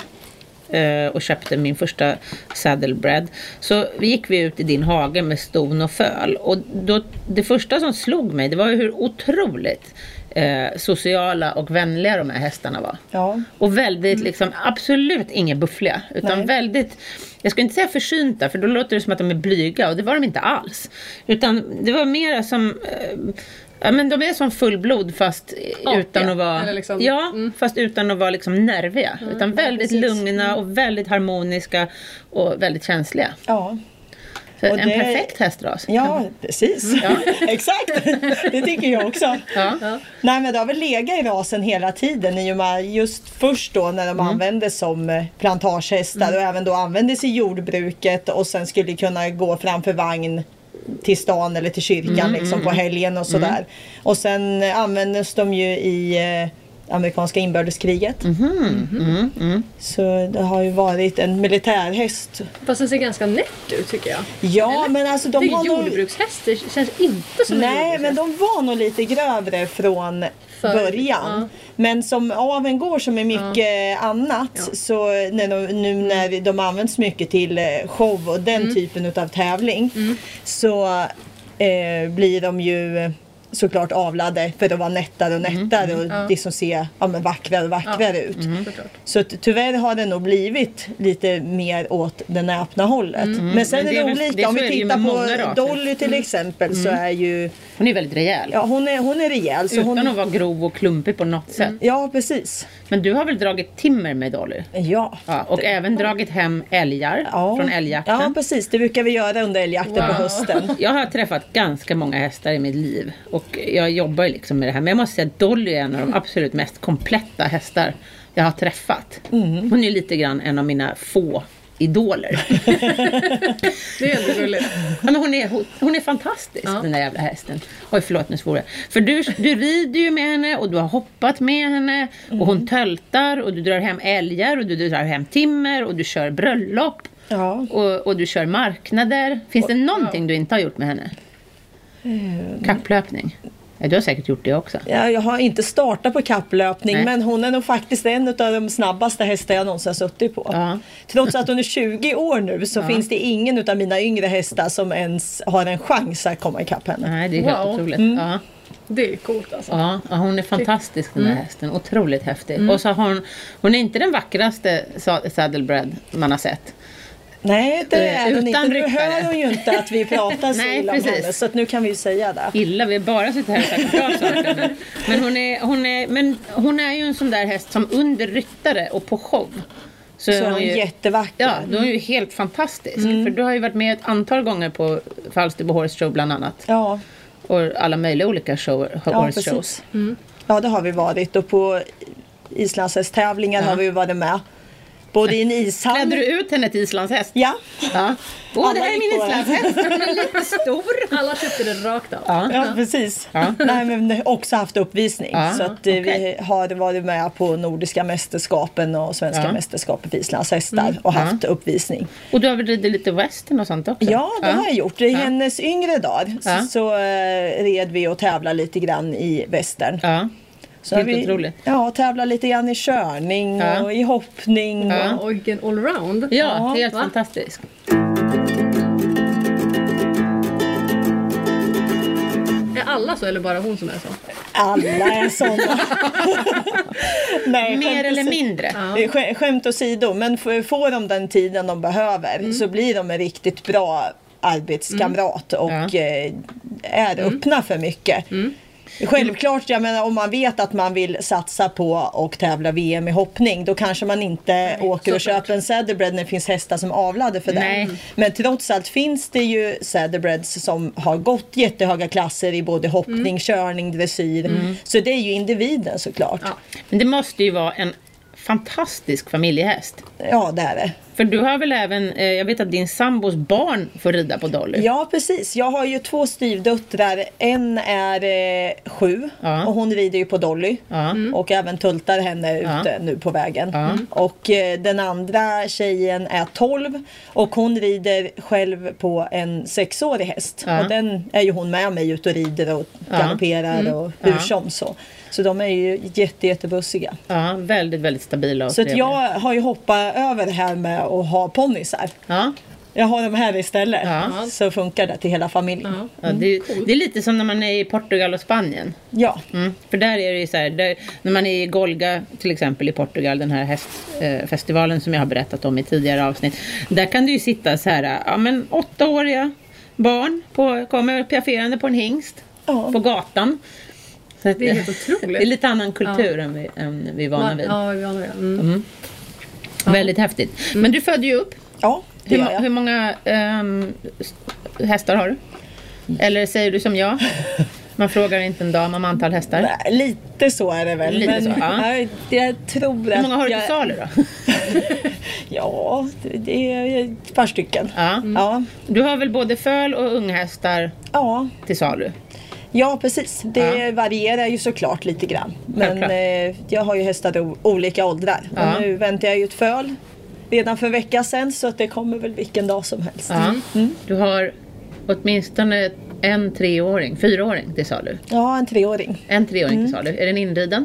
B: eh, och köpte min första saddlebred. Så gick vi ut i din hage med ston och föl. Och då, det första som slog mig det var ju hur otroligt eh, sociala och vänliga de här hästarna var.
D: Ja.
B: Och väldigt, liksom, absolut inga buffliga. Utan
D: Nej.
B: väldigt, jag skulle inte säga försynta, för då låter det som att de är blyga och det var de inte alls. Utan det var mera som, eh, ja men de är som fullblod fast
A: Apiga,
B: utan att vara,
A: eller liksom- Mm.
B: ja, fast utan att vara liksom nerviga. utan väldigt lugna och väldigt harmoniska och väldigt känsliga.
D: ja.
B: Så
D: Och
B: en
D: det-
B: perfekt hästras.
D: Ja, precis. Exakt. Det tycker jag också.
B: Ja.
D: Nej men det har väl legat i rasen hela tiden i och med just först då när
A: Mm.
D: de användes som eh, plantagehästar och även då användes i jordbruket och sen skulle kunna gå framför vagn till stan eller till kyrkan
A: Mm,
D: liksom på helgen och sådär. Och sen eh, användes de ju i eh, amerikanska inbördeskriget.
A: Mhm,
D: Så det har ju varit en militärhäst.
A: Fast den ser ganska nätt ut tycker jag.
D: Ja men alltså de
A: det
D: har
A: är
D: nog-
A: jordbrukshäst, det känns inte som en
D: Nej,
A: jordbrukshäst.
D: men de var nog lite grövre från
A: Förr,
D: början.
A: ja.
D: Men som aveln går som är mycket annat så när de, nu
B: Mm.
D: när de används mycket till eh, show och den typen utav tävling
B: Mm.
D: så eh, blir de ju såklart avlade för att vara nättare och
B: Mm.
D: nättare och liksom se ja, men vackrare och vackrare ut.
A: Såklart.
D: Så ty- tyvärr har det nog blivit lite mer åt det näpna hållet. Men sen
B: Mm. Men
D: är
B: det
D: det,
B: är väl-
D: olika.
B: det är
D: Om
B: så
D: vi
B: är det ju
D: tittar
B: med många Mm.
D: på
B: raser.
D: Dolly till exempel så är ju
B: Hon är väldigt rejäl.
D: Ja, hon är, hon är rejäl. Så
B: Utan
D: hon,
B: att vara grov och klumpig på något sätt.
A: Mm.
D: ja, precis.
B: Men du har väl dragit timmer med Dolly?
D: Ja.
B: Ja, och även dragit hem älgar
D: Ja.
B: från älgjakten.
D: Ja, precis. Det brukar vi göra under älgjakten på hösten.
B: Jag har träffat ganska många hästar i mitt liv och jag jobbar ju liksom med det här. Men jag måste säga att Dolly är en av de absolut mest kompletta hästar jag har träffat. Hon är ju lite grann en av mina få idoler.
A: Det är ändå gulligt.
B: Ja, men hon, är, hon, hon är fantastisk den där jävla hästen. Oj förlåt nu svor jag. För du, du rider ju med henne och du har hoppat med henne och hon töltar och du drar hem älgar och du drar hem timmer och du kör bröllop.
D: Ja.
B: Och, och du kör marknader. Finns det någonting du inte har gjort med henne? Eh. Kapplöpning? Ja, du har säkert gjort det också.
D: Ja, jag har inte startat på kapplöpning
B: Nej.
D: men hon är nog faktiskt en av de snabbaste hästar jag någonsin har suttit på.
B: Ja.
D: Trots att hon är 20 år nu så finns det ingen av mina yngre hästar som ens har en chans att komma ikapp henne.
B: Nej, det är helt
A: Wow.
B: otroligt. Ja,
A: Det är coolt alltså.
B: ja, ja, hon är fantastisk den där hästen. Otroligt häftig. Och så har hon, hon är inte den vackraste sa- saddlebred man har sett.
D: Nej, det
B: Eh,
D: är hon inte.
B: utan
D: Nu
B: ryttare.
D: hör hon ju inte att vi pratar så
B: Nej,
D: illa om
B: precis.
D: henne så att nu kan vi ju säga det.
B: Illa, vi har bara suttit här och sagt bra saker nu. Men hon är, hon, är, men hon är ju en sån där häst som under ryttare och på show.
D: Så hon är jättevacker.
B: Ja, du är ju helt fantastisk.
D: Mm.
B: För du har ju varit med ett antal gånger på Falsterbo Horse Show bland annat.
D: Ja.
B: Och alla möjliga olika shower, horse
D: precis.
B: shows.
D: Ja, det har vi varit och på islandshästtävlingar har vi ju varit med. Både i en ishall.
B: Klädde du ut henne till islandshäst?
D: Ja,
B: Ja. Åh, det här är min
D: Alla gick på
B: islandshäst! Hon är lite stor.
A: Alla köpte det rakt av.
B: Ja.
D: ja precis.
B: Ja.
D: Nej, men också haft uppvisning.
B: Ja,
D: så att eh,
B: okej.
D: vi har varit med på Nordiska mästerskapen och Svenska
B: Ja. Mm.
D: mästerskapet för islandshästar och haft uppvisning.
B: Och du har väl ridit lite western och sånt också?
D: Ja, det har jag gjort. I hennes yngre dagar
B: Ja.
D: så, så eh, red vi och tävlade lite grann i västern.
B: Ja.
D: Så
B: Helt
D: har vi,
B: otroligt.
D: Ja, tävlade lite grann i körning
B: Ja.
D: och i hoppning.
B: Ja.
A: Ja, och vilken allround.
B: Ja, helt
A: va?
B: fantastisk.
A: Är alla så eller bara hon som är så?
D: Alla är sådana. Nej,
B: Mer
D: skämt
B: eller
D: åsi-
B: mindre.
D: Eh, skä- Skämt åsido, men f- får de den tiden de behöver så blir de en riktigt bra arbetskamrat och eh, är öppna för mycket. Självklart, jag menar om man vet att man vill satsa på och tävla VM i hoppning då kanske man inte åker och köper en saddlebred när det finns hästar som är avlade för
B: Nej.
D: den. Men trots allt finns det ju saddlebreds som har gått jättehöga klasser i både hoppning, körning, dressyr. Så det är ju individen såklart. Ja,
B: Men det måste ju vara en fantastisk familjehäst.
D: ja det är det.
B: För du har väl även, eh, jag vet att din sambos barn får rida på Dolly?
D: Ja precis, jag har ju två styvdöttrar. En är eh, sju
B: Ja.
D: och hon rider ju på Dolly.
B: Ja. Mm.
D: Och även tultar henne ute nu på vägen. Och eh, den andra tjejen är 12 och hon rider själv på en sexårig häst.
B: Ja. Mm.
D: Och den är ju hon med mig ute och rider och galopperar och hur som så. Så de är ju jätte, jättebussiga.
B: Ja, väldigt, väldigt stabila och
D: Så att
B: trevliga.
D: jag har ju hoppat över det här med att ha ponnysar.
B: Ja,
D: Jag har dem här istället.
B: Ja.
D: Så funkar det till hela familjen. Ja.
B: ja,
A: Mm,
B: det, är ju- det är lite som när man är i Portugal och Spanien. Mm. För där är det ju så här, där, när man är i Golga till exempel i Portugal, den här hästfestivalen eh, festivalen som jag har berättat om i tidigare avsnitt. Där kan du ju sitta så här, eh, ja men åttaåriga barn på, kommer piafferande på en hingst
D: Ja.
B: på gatan. Så att,
A: Det är helt
B: det
A: otroligt.
B: är lite annan kultur än, vi, än vi är vana vid.
A: Ja, vi är vana vid det. Mm.
B: Väldigt häftigt. Men du födde ju upp.
D: Ja, det
B: Hur,
D: gör
B: ma- hur
D: jag.
B: många ehm, s- hästar har du? Eller säger du som jag? Man frågar inte en dam om antal hästar.
D: Nej, Lite så är det väl.
B: Lite
D: men
B: så, ja.
D: nej, jag tror att
B: Hur många har du till
D: jag,
B: salu då?
D: Ja, det- det är ett par stycken. Mm.
B: Ja.
D: Ja.
B: Du har väl både föl och unghästar
D: Ja.
B: till salu?
D: ja, precis. Det
B: Ja.
D: varierar ju såklart lite grann. Men
B: Självklart.
D: eh, jag har ju hästar i o- olika åldrar.
B: Ja.
D: Och nu väntar jag ju ett föl redan för en vecka sedan så att det kommer väl vilken dag som helst.
B: Ja. Mm. Du har åtminstone en treåring, fyraåring till salu.
D: Ja, en treåring.
B: En treåring till
D: Mm.
B: salu. Är den inriden?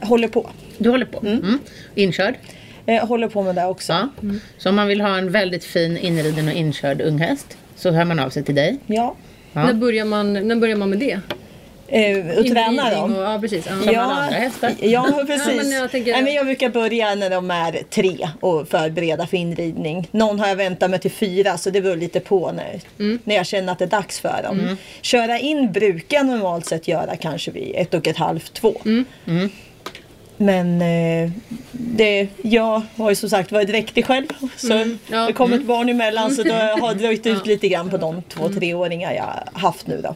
D: Håller på.
B: Du håller på? Mm. Inkörd?
D: Eh, håller på med det också.
B: Ja. Så om man vill ha en väldigt fin inriden och inkörd unghäst så hör man av sig till dig.
D: Ja.
B: Ja.
A: När, börjar man, när börjar man med det?
D: Eh, och träna
A: Inridning
D: dem.
A: Och, ja, precis. Ja.
B: Som alla andra hästar.
D: Ja, precis.
A: men jag tänker-
D: Nej, men jag brukar börja när de är tre och förbereda för inridning. Någon har jag väntat mig till fyra så det beror lite på när,
A: Mm.
D: när jag känner att det är dags för dem. Köra in brukar jag normalt sett göra kanske vid ett och ett halvt, två.
A: Mm.
B: Mm.
D: Men eh, det, jag har ju som sagt varit dräktig själv. Så
A: Mm. ja.
D: det kom ett barn emellan så då har jag dröjt ut lite grann på de två
A: Mm.
D: treåringar jag haft nu då.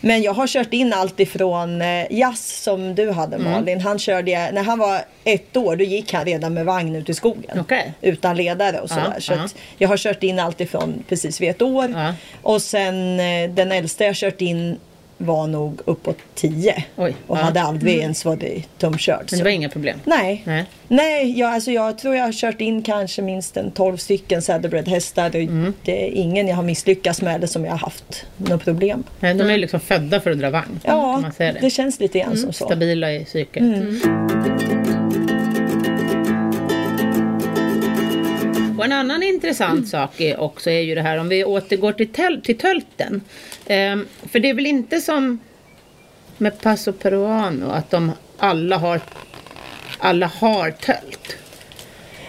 D: Men jag har kört in allt ifrån eh, Jazz som du hade
B: Mm.
D: Malin. Han körde, jag- när han var ett år då gick han redan med vagn ut i skogen.
B: Okej.
D: Utan ledare och sådär.
B: Ja,
D: så
B: ja.
D: att jag har kört in allt ifrån precis vid ett år.
B: Ja.
D: Och sen eh, den äldsta jag kört in var nog uppåt tio.
B: Oj,
D: och
B: ja. Mm.
D: hade aldrig ens varit tumkörd.
B: Men det
D: så-
B: var inga problem?
D: Nej.
B: Nej.
D: Nej. jag, alltså jag tror jag har kört in kanske minst en 12 stycken Saddlebred hästar. Det,
B: Mm.
D: det är ingen jag har misslyckats med eller som jag har haft något problem. med.
B: Nej, de är ju liksom födda för att dra vagn.
D: Mm. Ja,
B: kan Mm, man säga det. Mm,
D: det. Mm. känns lite grann som så.
B: Stabila i psyket. Och en annan intressant
D: Mm.
B: sak är också är ju det här om vi återgår till, täl- till tölten. Ehm, för det är väl inte som med Paso Peruano att de alla har, alla har tölt?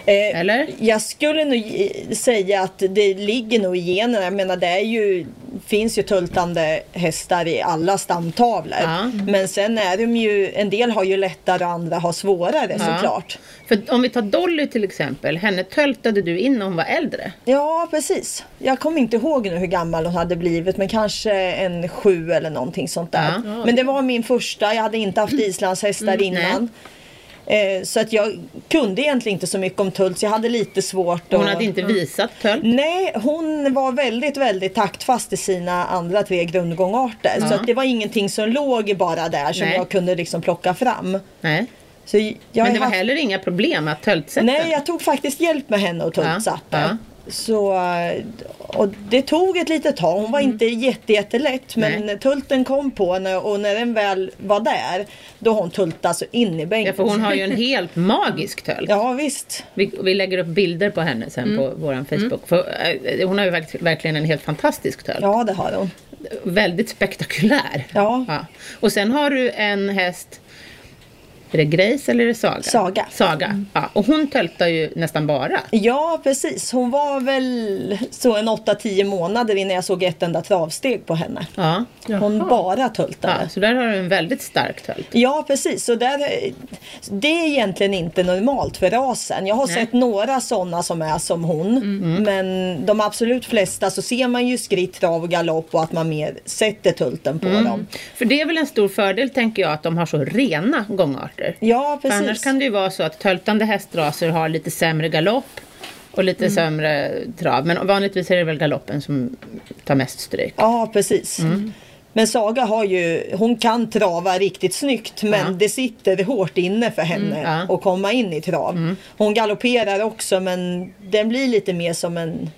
D: Eh,
B: Eller?
D: Jag skulle nog i- säga att det ligger nog i generna. Jag menar det är ju, finns ju tultande hästar i alla stamtavlor.
B: Ja.
D: Men sen är de ju, en del har ju lättare och andra har svårare
B: Ja.
D: såklart.
B: För om vi tar Dolly till exempel, henne töltade du in när hon var äldre.
D: Ja, precis. Jag kommer inte ihåg nu hur gammal hon hade blivit, men kanske en sju eller någonting sånt där.
B: Ja. Mm,
D: Men det var min första. Jag hade inte haft islandshästar innan. Eh, så att jag kunde egentligen inte så mycket om Tulls. Jag hade lite svårt
B: Hon
D: att-
B: hade inte visat tölt.
D: Nej, hon var väldigt, väldigt taktfast i sina andra tre grundgångarter. Så att det var ingenting som låg bara där som
B: Nej.
D: jag kunde liksom plocka fram.
B: Nej.
D: Så jag har
B: Men det var
D: haft-
B: heller inga problem att töltsätta.
D: Nej, jag tog faktiskt hjälp med henne och tuntsatte.
B: Ja,
D: Så, eh, och det tog ett litet tag. Hon var inte jätte, jättelätt men
B: Mm. Nej.
D: tulten kom på henne och när den väl var där då har hon tultat så in i
B: Ja,
D: bänken.
B: för hon har ju en helt magisk tölt.
D: Ja, visst.
B: Vi, vi lägger upp bilder på henne sen på vår Facebook. För, eh, hon har ju verk- verkligen en helt fantastisk tölt.
D: Ja, det har hon.
B: Väldigt spektakulär.
D: Ja.
B: Och sen har du en häst, är det Grace eller är det Saga?
D: Saga. Mm.
B: Saga. Ja. Och hon töltar ju nästan bara.
D: Ja, precis. Hon var väl så en 8-10 månader innan jag såg ett enda travsteg på henne.
B: Ja.
D: Hon bara tultade.
B: ja. Så där har du en väldigt stark tölt.
D: Ja precis, så där, det är egentligen inte normalt för rasen. Jag har sett några sådana som är som hon.
B: Mm.
D: Men de absolut flesta så ser man ju skritt, trav och galopp och att man mer sätter tulten
B: Mm.
D: på dem.
B: För det är väl en stor fördel tänker jag att de har så rena gångarter.
D: Ja
B: För annars
D: precis.
B: kan det ju vara så att töltande hästraser har lite sämre galopp och lite sämre trav. Men vanligtvis är det väl galoppen som tar mest stryk.
D: Ja precis.
B: Mm.
D: Men Saga har ju, hon kan trava riktigt snyggt men det sitter hårt inne för henne
B: Mm, ja. Mm.
D: att komma in i trav. Hon galopperar också men den blir lite mer som en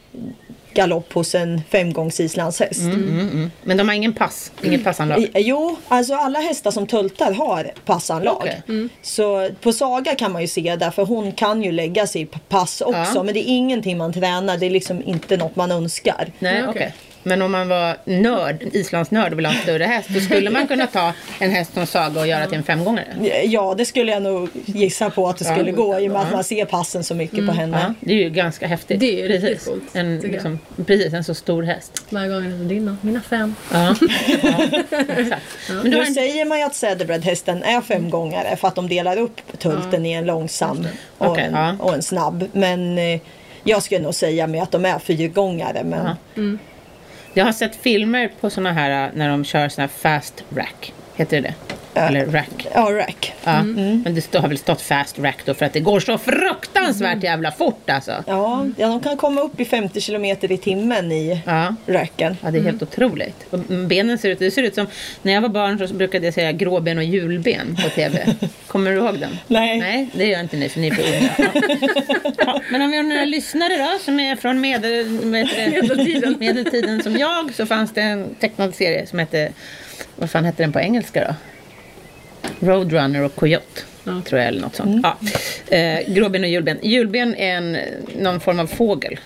D: galopp hos en femgångsislandshäst.
B: Mm. Men de har ingen pass, inget passanlag.
D: I- Jo, alltså alla hästar som töltar har passanlag. Mm.
B: Okej.
D: Så på Saga kan man ju se där, för hon kan ju lägga sig i p- pass också.
B: Ja.
D: Men det är ingenting man tränar, det är liksom inte något man önskar.
B: Nej, okej. Men om man var nörd, islandsnörd och ville ha en större häst, då skulle man kunna ta en häst från Saga och göra till en femgångare.
D: Ja, det skulle jag nog gissa på att det
B: Ja,
D: skulle gå i och med
B: ja.
D: att
B: Mm.
D: man ser passen så mycket på henne.
B: Ja, det är ju ganska häftigt.
A: Det är riktigt
B: precis.
A: coolt,
B: en,
A: tycker jag.
B: liksom, precis, en så stor häst.
A: De här gångerna som dina, mina fem.
B: Ja, ja exakt. Men du
D: Nu
B: har en, Mm.
D: säger man ju att Cederbred-hästen är femgångare för att de delar upp tulten i en långsam och,
B: Okej,
D: en,
B: ja.
D: och en snabb. Men eh, jag skulle nog säga med att de är fyrgångare. Men
B: Ja. jag har sett filmer på såna här när de kör såna här fast rack. Heter det det? Eller rack.
D: ja, rack.
B: Ja, Men det stå- har väl stått fast rack då för att det går så fruktansvärt jävla fort alltså.
D: Ja, ja, de kan komma upp i 50 kilometer i timmen i
B: Ja. Mm.
D: racken.
B: Ja, det är helt otroligt. Och benen ser ut, det ser ut som, när jag var barn så brukade jag säga gråben och julben på TV. Kommer du ihåg den?
D: Nej.
B: Nej, det gör inte ni för ni är för unga. Ja, men om vi har några lyssnare då som är från medel, med, medeltiden. medeltiden som jag så fanns det en tecknad serie som hette, vad fan hette den på engelska då? Roadrunner och Coyote. Tror jag eller något
D: Mm.
B: sånt. Ja. Eh, gråben och julben. Julben är en, någon form av fågel.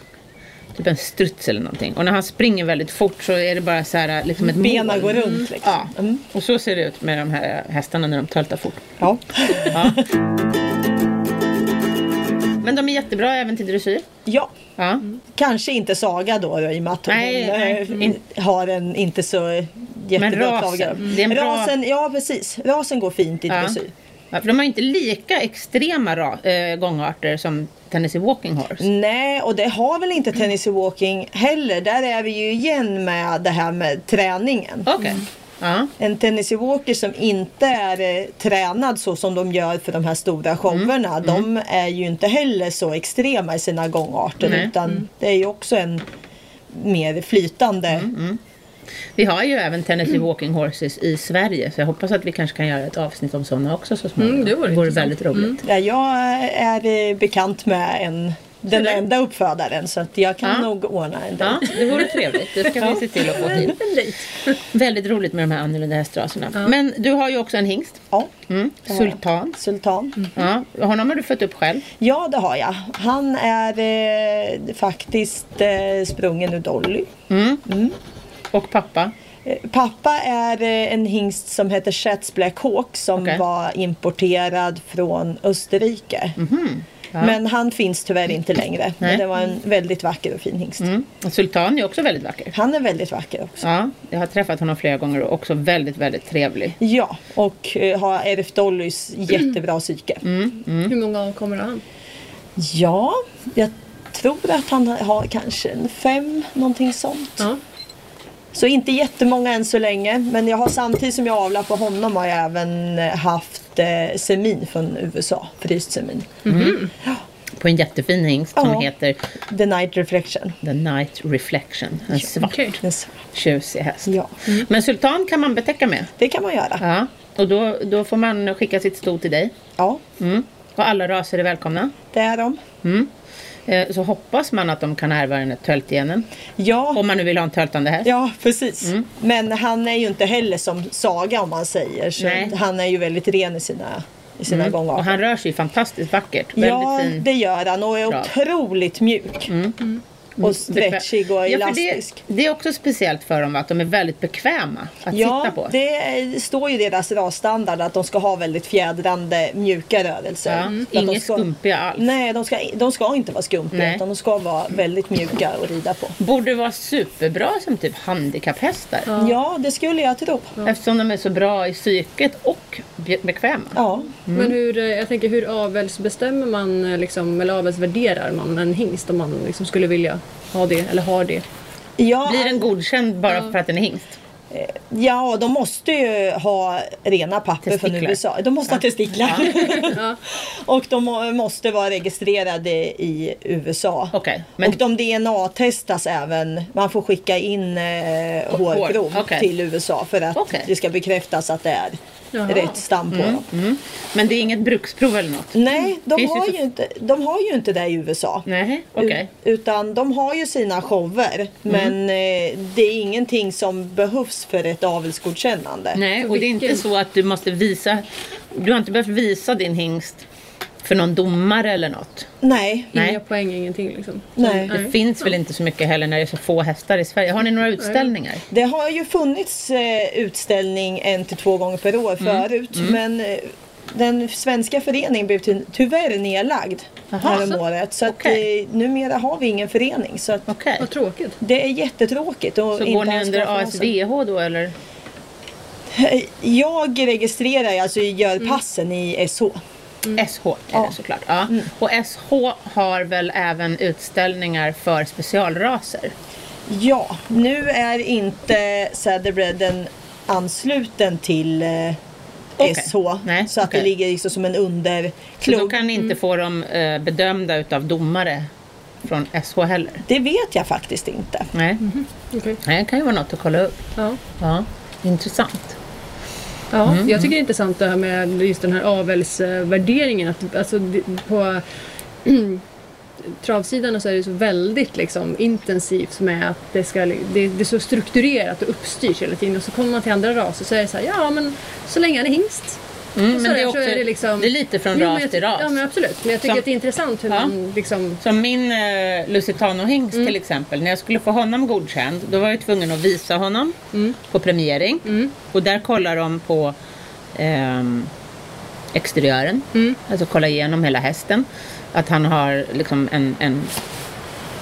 B: Typ en struts eller någonting. Och när han springer väldigt fort så är det bara så här liksom ett
D: Benen
B: moln.
D: går runt liksom.
B: Ja, och så ser det ut med de här hästarna när de töltar fort.
D: Ja.
B: Ja. Men de är jättebra även till dressyr.
D: ja.
B: Ja.
D: Mm. Kanske inte Saga då, då i och med att hon
B: Nej, nej. mm.
D: eh, har en inte så jättebra
B: rasen.
D: travgalopp.
B: Mm. Det är en bra-
D: Rasen, ja precis. Rasen går fint i
B: Ja.
D: dressyr.
B: Ja, för de har ju inte lika extrema ra- eh, gångarter som Tennessee Walking Horse.
D: Mm. Nej, och det har väl inte Tennessee Walking heller. Där är vi ju igen med det här med träningen.
B: Okej. Ja.
D: En Tennessee Walker som inte är eh, tränad så som de gör för de här stora showerna.
B: Mm.
D: De är ju inte heller så extrema i sina gångarter.
B: Nej. Mm.
D: Utan det är ju också en mer flytande.
B: Mm, Vi har ju även Tennessee Walking Horses i Sverige så jag hoppas att vi kanske kan göra ett avsnitt om sådana också så småningom.
A: Mm, det vore
B: väldigt roligt.
D: Ja, jag är eh, bekant med en, den enda uppfödaren så att jag kan
B: Ja.
D: nog ordna en
B: Ja,
D: ja.
B: det vore trevligt. Det ska vi se till att få till. Väldigt roligt med de här annorlunda hästraserna. Men du har ju också en hingst.
D: ja,
B: Mm. Sultan.
D: sultan.
B: Ja. Honom har du fött upp själv.
D: Ja, det har jag. Han är eh, faktiskt eh, sprungen ur Dolly.
B: Mm. Och pappa.
D: Eh, Pappa är eh, en hingst som heter Schatz Black Hawk som
B: Okej.
D: var importerad från Österrike. Men han finns tyvärr inte längre.
B: Mhm. Nej.
D: Men det var en väldigt vacker och fin hingst.
B: Mm. Sultan är också väldigt vacker.
D: Han är väldigt vacker också.
B: Ja, jag har träffat honom flera gånger och också väldigt, väldigt trevlig.
D: Ja, och eh, har ärvt Dollys jättebra psyke.
B: Mm.
A: Hur många kommer han?
D: Ja, jag tror att han har kanske en fem, någonting sånt.
A: Ja.
D: Så inte jättemånga än så länge. Men jag har samtidigt som jag avlar på honom har jag även eh, haft eh, semin från USA. Fryst semin.
B: På en jättefin hingst som
D: Ja.
B: heter
D: The Night Reflection.
B: The Night Reflection. En svart
A: Okej.
D: Yes.
B: tjusig häst.
D: Ja,
B: Men Sultan kan man betäcka med.
D: det kan man göra.
B: Ja. Och då, då får man skicka sitt sto till dig.
D: Ja,
B: Mm. Och alla raser är välkomna.
D: det är de.
B: Mm. Eh, Så hoppas man att de kan ärva den här töltgenen.
D: Ja,
B: Om Mm. man nu vill ha en töltande häst.
D: ja precis. Men han är ju inte heller som Saga om man säger. Så
B: Nej.
D: han är ju väldigt ren i sina, i sina
B: Mm. Och
D: gångarter.
B: han rör sig ju fantastiskt vackert.
D: Ja,
B: Väldigt fin. Mm.
D: det gör han och är
B: Bra.
D: otroligt mjuk. Och stretchig och
B: Ja, för
D: elastisk.
B: det, det är också speciellt för dem att de är väldigt bekväma att
D: Ja,
B: sitta på.
D: det är- står ju i deras rasstandard att de ska ha väldigt fjädrande mjuka rörelser.
B: Ja,
D: Mm. För att de
B: Inget
D: ska,
B: skumpiga alls.
D: Nej, de ska, de ska inte vara skumpiga
B: Nej.
D: utan de ska vara väldigt mjuka att rida på.
B: Borde vara superbra som typ handikapphästar.
D: Ja, det skulle jag tro.
B: Eftersom de är så bra i psyket och be- bekväma.
D: Ja.
B: Mm.
A: Men hur, eh, jag tänker, hur avelsbestämmer man, eh, liksom, eller avelsvärderar man en hingst om man liksom skulle vilja ha det, eller har det?
D: Ja,
B: Blir den godkänd bara för att den är hingst?
D: ja, de måste ju ha rena papper från
B: Testiklar.
D: USA. De måste ha testiklar. och de må- måste vara registrerade i USA.
B: Okej, men-
D: Och de DNA-testas även. Man får skicka in eh, hårprov
B: okej.
D: till USA för att
B: Okej.
D: det ska bekräftas att det är rätt stam på dem.
B: Mm. Men det är inget bruksprov eller något?
D: Nej, de
B: Finns det
D: har,
B: så-
D: ju inte, de har ju inte det i USA.
B: Nej, okej. Mm.
D: Ut- Utan de har ju sina shower. Men eh, det är ingenting som behövs för ett avelsgodkännande.
B: Nej, och det är inte så att du måste visa. Du har inte behövt visa din hingst för någon domare eller något.
D: Nej.
A: Inga
B: Nej.
A: poäng, ingenting liksom.
D: Nej.
B: Det finns väl inte så mycket heller när det är så få hästar i Sverige. Har ni några utställningar?
D: Det har ju funnits eh, utställning en till två gånger per år
B: Mm.
D: förut. Men eh, den svenska föreningen blev ty- tyvärr nedlagd häromåret. Så att,
B: Okej.
D: eh, numera har vi ingen förening. Så att
B: Okej.
A: Vad tråkigt.
D: det är jättetråkigt. Och
B: Så
D: inte
B: går ni
D: alls bra
B: under
D: för oss.
B: ASVH då eller?
D: Jag registrerar, alltså gör
B: Mm.
D: passen i SH.
B: SH är det såklart. Ja. Och SH har väl även utställningar för specialraser?
D: Ja, nu är inte Saddlebredden ansluten till eh,
B: Okej.
D: SH.
B: Nej,
D: så att det
B: okej.
D: ligger liksom som en
B: Så då
D: underklubb.
B: kan ni inte få dem eh, bedömda utav domare från SH heller?
D: Det vet jag faktiskt inte.
B: Nej.
A: Okej.
B: Nej, det kan ju vara något att kolla upp.
A: Ja.
B: Ja, intressant.
A: Ja, Jag tycker det är intressant det här med just den här avelsvärderingen. Att, alltså, det- på travsidan så är det så väldigt liksom, intensivt med att det, ska, det, det är så strukturerat och uppstyrt hela tiden. Och så kommer man till andra raser så är det så här, ja men så länge han är hingst.
B: Mm,
A: Och
B: men
A: så
B: det
A: där,
B: är,
A: så
B: också,
A: är det liksom-
B: det är lite från
A: Jo, men
B: ras
A: jag
B: till
A: tycker-
B: ras.
A: Ja men absolut. Men jag tycker
B: Som-
A: att det är intressant hur
B: Ja.
A: man liksom...
B: Som min eh, Lusitano-hingst
A: Mm.
B: till exempel. När jag skulle få honom godkänd då var jag tvungen att visa honom
A: Mm.
B: på premiering. Och där kollar de på ehm, exteriören.
A: Mm.
B: Alltså kolla igenom hela hästen. Att han har liksom en, en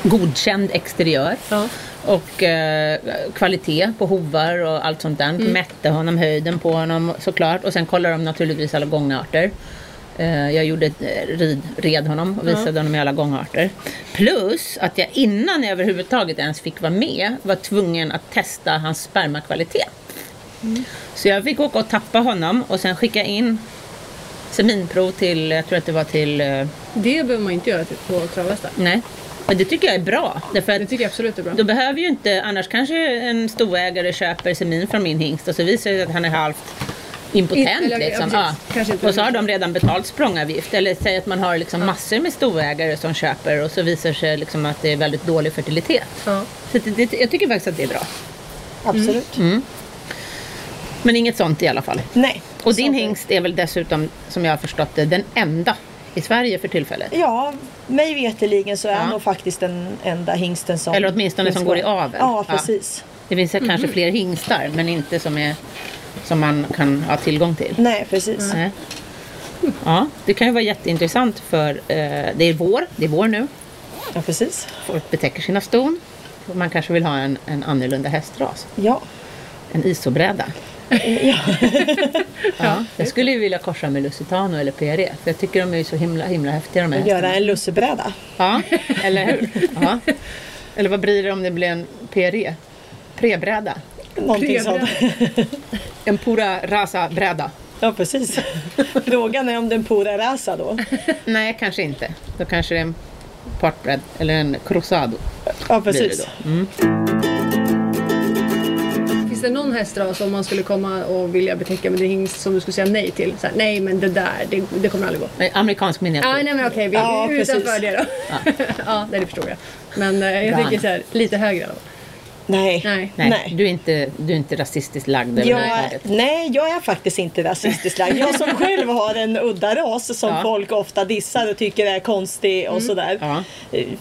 B: godkänd exteriör.
A: Ja.
B: Och eh, kvalitet på hovar och allt sånt där. Mätte honom, höjden på honom såklart. Och sen kollar de naturligtvis alla gångarter. Eh, jag gjorde ett eh, rid, red honom och visade honom i alla gångarter. Plus att jag innan jag överhuvudtaget ens fick vara med var tvungen att testa hans spermakvalitet. Så jag fick åka och tappa honom och sen skicka in seminprov till, jag tror att det var till, eh,
A: Det behöver man inte göra typ, på travhästar.
B: nej. Men det tycker jag är bra. Därför
A: Det
B: att
A: tycker jag absolut är bra.
B: då behöver ju inte, annars kanske en storägare köper semin från min hingst och så visar det sig att han är halvt
A: Inte-
B: impotent.
A: eller-
B: Liksom.
A: ja,
B: Ja,
A: precis. Kanske inte.
B: Och så har de redan betalt språngavgift. Eller säg att man har liksom massor med storägare som köper och så visar sig liksom att det är väldigt dålig fertilitet.
A: Ja.
B: Så det, det, jag tycker faktiskt att det är bra.
D: Absolut.
B: Mm. Men inget sånt i alla fall.
D: Nej.
B: Och din
D: Så-
B: hingst är väl dessutom, som jag har förstått det, den enda i Sverige för tillfället?
D: Ja, mig veterligen så är
B: Ja.
D: han nog faktiskt den enda hingsten som...
B: Eller åtminstone som går i avel.
D: Ja,
B: Ja.
D: precis.
B: Det finns kanske
A: Mhm.
B: fler hingstar, men inte som, är, som man kan ha tillgång till.
D: Nej, precis.
B: Nej. eh, Ja, det kan ju vara jätteintressant för eh, det är vår, det är vår nu.
D: Ja, precis.
B: Folk betäcker sina ston. Och Man kanske vill ha en, en annorlunda hästras,
D: Ja.
B: en isobräda. ja, jag skulle ju vilja korsa med Lusitano eller PRE, för jag tycker de är ju så himla, himla häftiga de här
D: Och göra
B: hästarna.
D: en lussebräda.
B: Ja, eller hur? Ja. Eller vad blir det om det blir en PRE? Prebräda?
D: Någonting sånt.
B: En Pura Rasa-bräda?
D: Ja, precis. Frågan är om den pura rasa då.
B: Nej, kanske inte. Då kanske det är en partbräd eller en crossado.
D: Ja,
B: blir det
D: precis.
B: då.
A: Finns det någon hästras som man skulle komma och vilja betäcka med din hingst som du skulle säga nej till? Så här, nej men det där, det, det kommer aldrig gå.
B: Nej, Amerikansk miniatyr.
A: Ja, nej men okej, vi är
D: Ja, precis.
A: utanför det då. Ja, nej, det förstår jag. Men eh, jag
B: Bra.
A: tänker så här, lite högre då.
D: Nej.
A: Nej.
B: Nej,
D: Nej.
B: Du, är inte, du är inte rasistiskt lagd
D: Jag,
B: överhuvudtaget.
D: nej, jag är faktiskt inte rasistisk lagd. Jag som själv har en udda ras som
B: Ja. Mm.
D: folk ofta dissar och tycker är konstig och sådär. Eh,
B: Ja.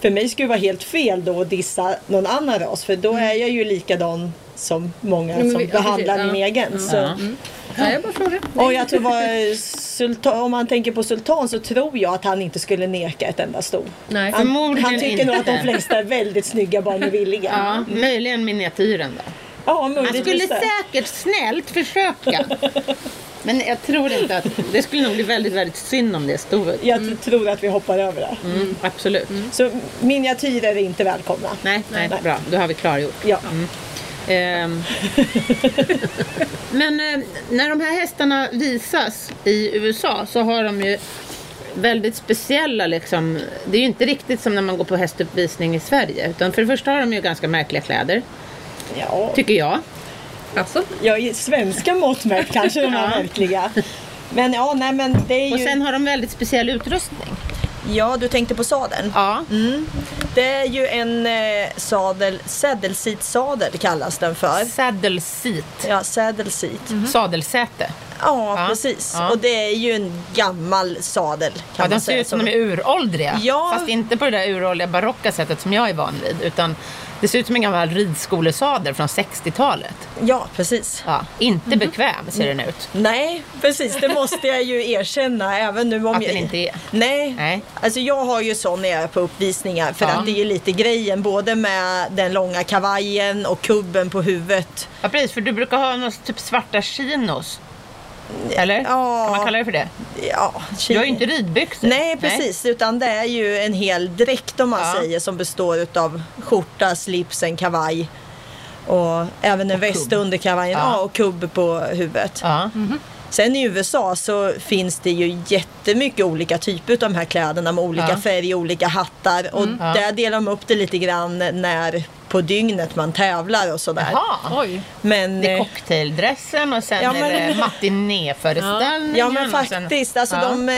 D: För mig skulle det vara helt fel då att dissa någon annan ras för
B: Mm.
D: då är jag ju likadan som många
A: men
D: som
A: vi- ja,
D: behandlar
A: precis,
D: min
A: ja.
D: egen. Så.
B: Ja. Mm.
A: Nej, jag bara frågar.
D: Och jag tror vad sultan, om man tänker på Sultan så tror jag att han inte skulle neka ett enda sto.
A: Nej.
D: Han,
B: Förmodligen
D: han tycker nog att de
B: inte.
D: flesta är väldigt snygga bara de är villiga.
B: Ja, möjligen miniatyren då.
D: Ja,
B: Han
D: möjligtvis
B: skulle
D: det.
B: säkert snällt försöka. Men jag tror inte att... Det skulle nog bli väldigt, väldigt synd om det stod.
D: Jag tror att vi hoppar över det.
B: Mm, absolut.
D: Så miniatyrer är inte välkomna.
B: Nej, Mm. nej,
D: Nej.
B: bra. Då har vi klargjort.
D: Ja.
B: Ehm. Men eh, när de här hästarna visas i USA så har de ju väldigt speciella liksom. Det är ju inte riktigt som när man går på hästuppvisning i Sverige. Utan för det första har de ju ganska märkliga kläder,
D: Ja.
B: tycker jag.
C: Alltså.
D: Ja, i svenska mått mätt kanske de är verkliga. Men ja, nej men det är ju...
B: Och sen har de väldigt speciell utrustning.
D: Ja, du tänkte på sadeln.
B: Ja.
D: Mm. Det är ju en eh, sadel, sädelsitsadel kallas den för.
B: Sadelsit.
D: Ja, sädelsit.
B: Sadelsäte.
D: Ja,
B: Mm. Ja,
D: precis.
B: ja.
D: Och det är ju en gammal sadel kan
B: Ja,
D: man
B: de ser
D: säga.
B: ut som de är uråldriga.
D: Ja.
B: Fast inte på det där uråldriga barocka sättet som jag är van vid. Utan det ser ut som en gammal ridskolesadel från 60-talet.
D: Ja, precis.
B: Ja. Inte bekväm ser den ut.
D: Nej, precis. Det måste jag ju erkänna. Även nu om
B: Att
D: jag...
B: den inte är.
D: Nej.
B: Nej.
D: Alltså jag har ju sån när jag är på uppvisningar för
B: Ja.
D: att det är ju lite grejen både med den långa kavajen och kubben på huvudet.
B: Ja, precis. För du brukar ha någon typ svarta chinos. Eller?
D: Ja.
B: Kan man kalla det för det?
D: Ja,
B: Du har ju inte ridbyxor.
D: Nej precis, utan det är ju en hel dräkt om man
B: Ja.
D: säger som består utav skjorta, slips, en kavaj och även en väst under kavajen
B: Ja.
D: ja. och kubb på huvudet.
B: Ja.
D: Sen i USA så finns det ju jättemycket olika typer av de här kläderna med olika
B: Ja. Mm.
D: färger, olika hattar och
B: Ja.
D: där delar de upp det lite grann när på dygnet man tävlar och sådär.
B: Jaha.
A: Oj.
D: Men,
B: Det är
D: eh,
B: cocktaildressen och sen
D: Ja, men-
B: är det matinéföreställningen.
D: Ja men
B: och sen-
D: faktiskt, alltså
B: ja.
D: de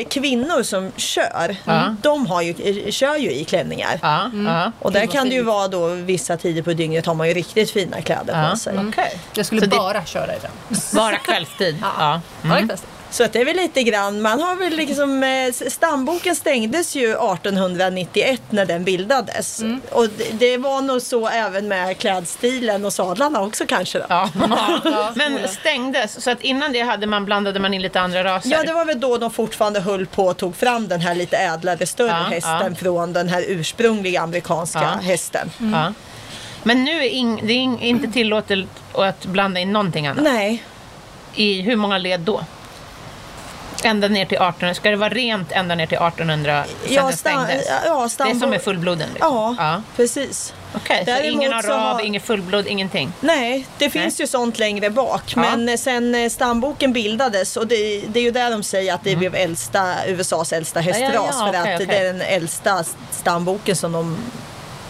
D: eh, kvinnor som kör,
B: Ja.
D: de har ju, eh, kör ju i klänningar.
B: Ja, ja.
D: Och där kan det ju vara då vissa tider på dygnet har man ju riktigt fina kläder
B: Ja, Mm.
D: på sig.
B: okej.
A: Jag skulle
B: Så det-
A: bara köra i den.
B: Bara kvällstid. ja.
A: Var
B: Mm.
A: det bäst?
D: Så att det är väl lite grann, man har väl liksom, eh, s- stamboken stängdes ju 1891 när den bildades.
B: Mm.
D: Och det, det var nog så även med klädstilen och sadlarna också kanske då. Ja.
B: Ja. Men stängdes, så att innan det hade man, blandade man in lite andra raser.
D: det var väl då de fortfarande höll på och tog fram den här lite ädlare, större
B: Ja,
D: hästen från den här ursprungliga amerikanska
B: Ja.
D: hästen.
B: ja. Men nu är ing, det är ing, inte tillåtet att blanda in någonting annat.
D: Nej,
B: I hur många led då? Ända ner till 1800, ska det vara rent ända ner till 1800 sen
D: Ja,
B: den
D: sta-
B: stängdes?
D: ja,
B: det är
D: stambo-
B: som med fullbloden? liksom.
D: ja,
B: ja.
D: precis.
B: Okej, så
D: Däremot
B: ingen
D: så
B: arab,
D: har-
B: ingen fullblod, ingenting?
D: Nej, det finns ju sånt längre bak.
B: Ja.
D: Men eh, sen eh, stamboken bildades och det, det är ju där de säger att det blev äldsta, USAs äldsta hästras.
B: Mm. ja, ja,
D: för
B: okej,
D: att
B: okej.
D: det är den äldsta stamboken som de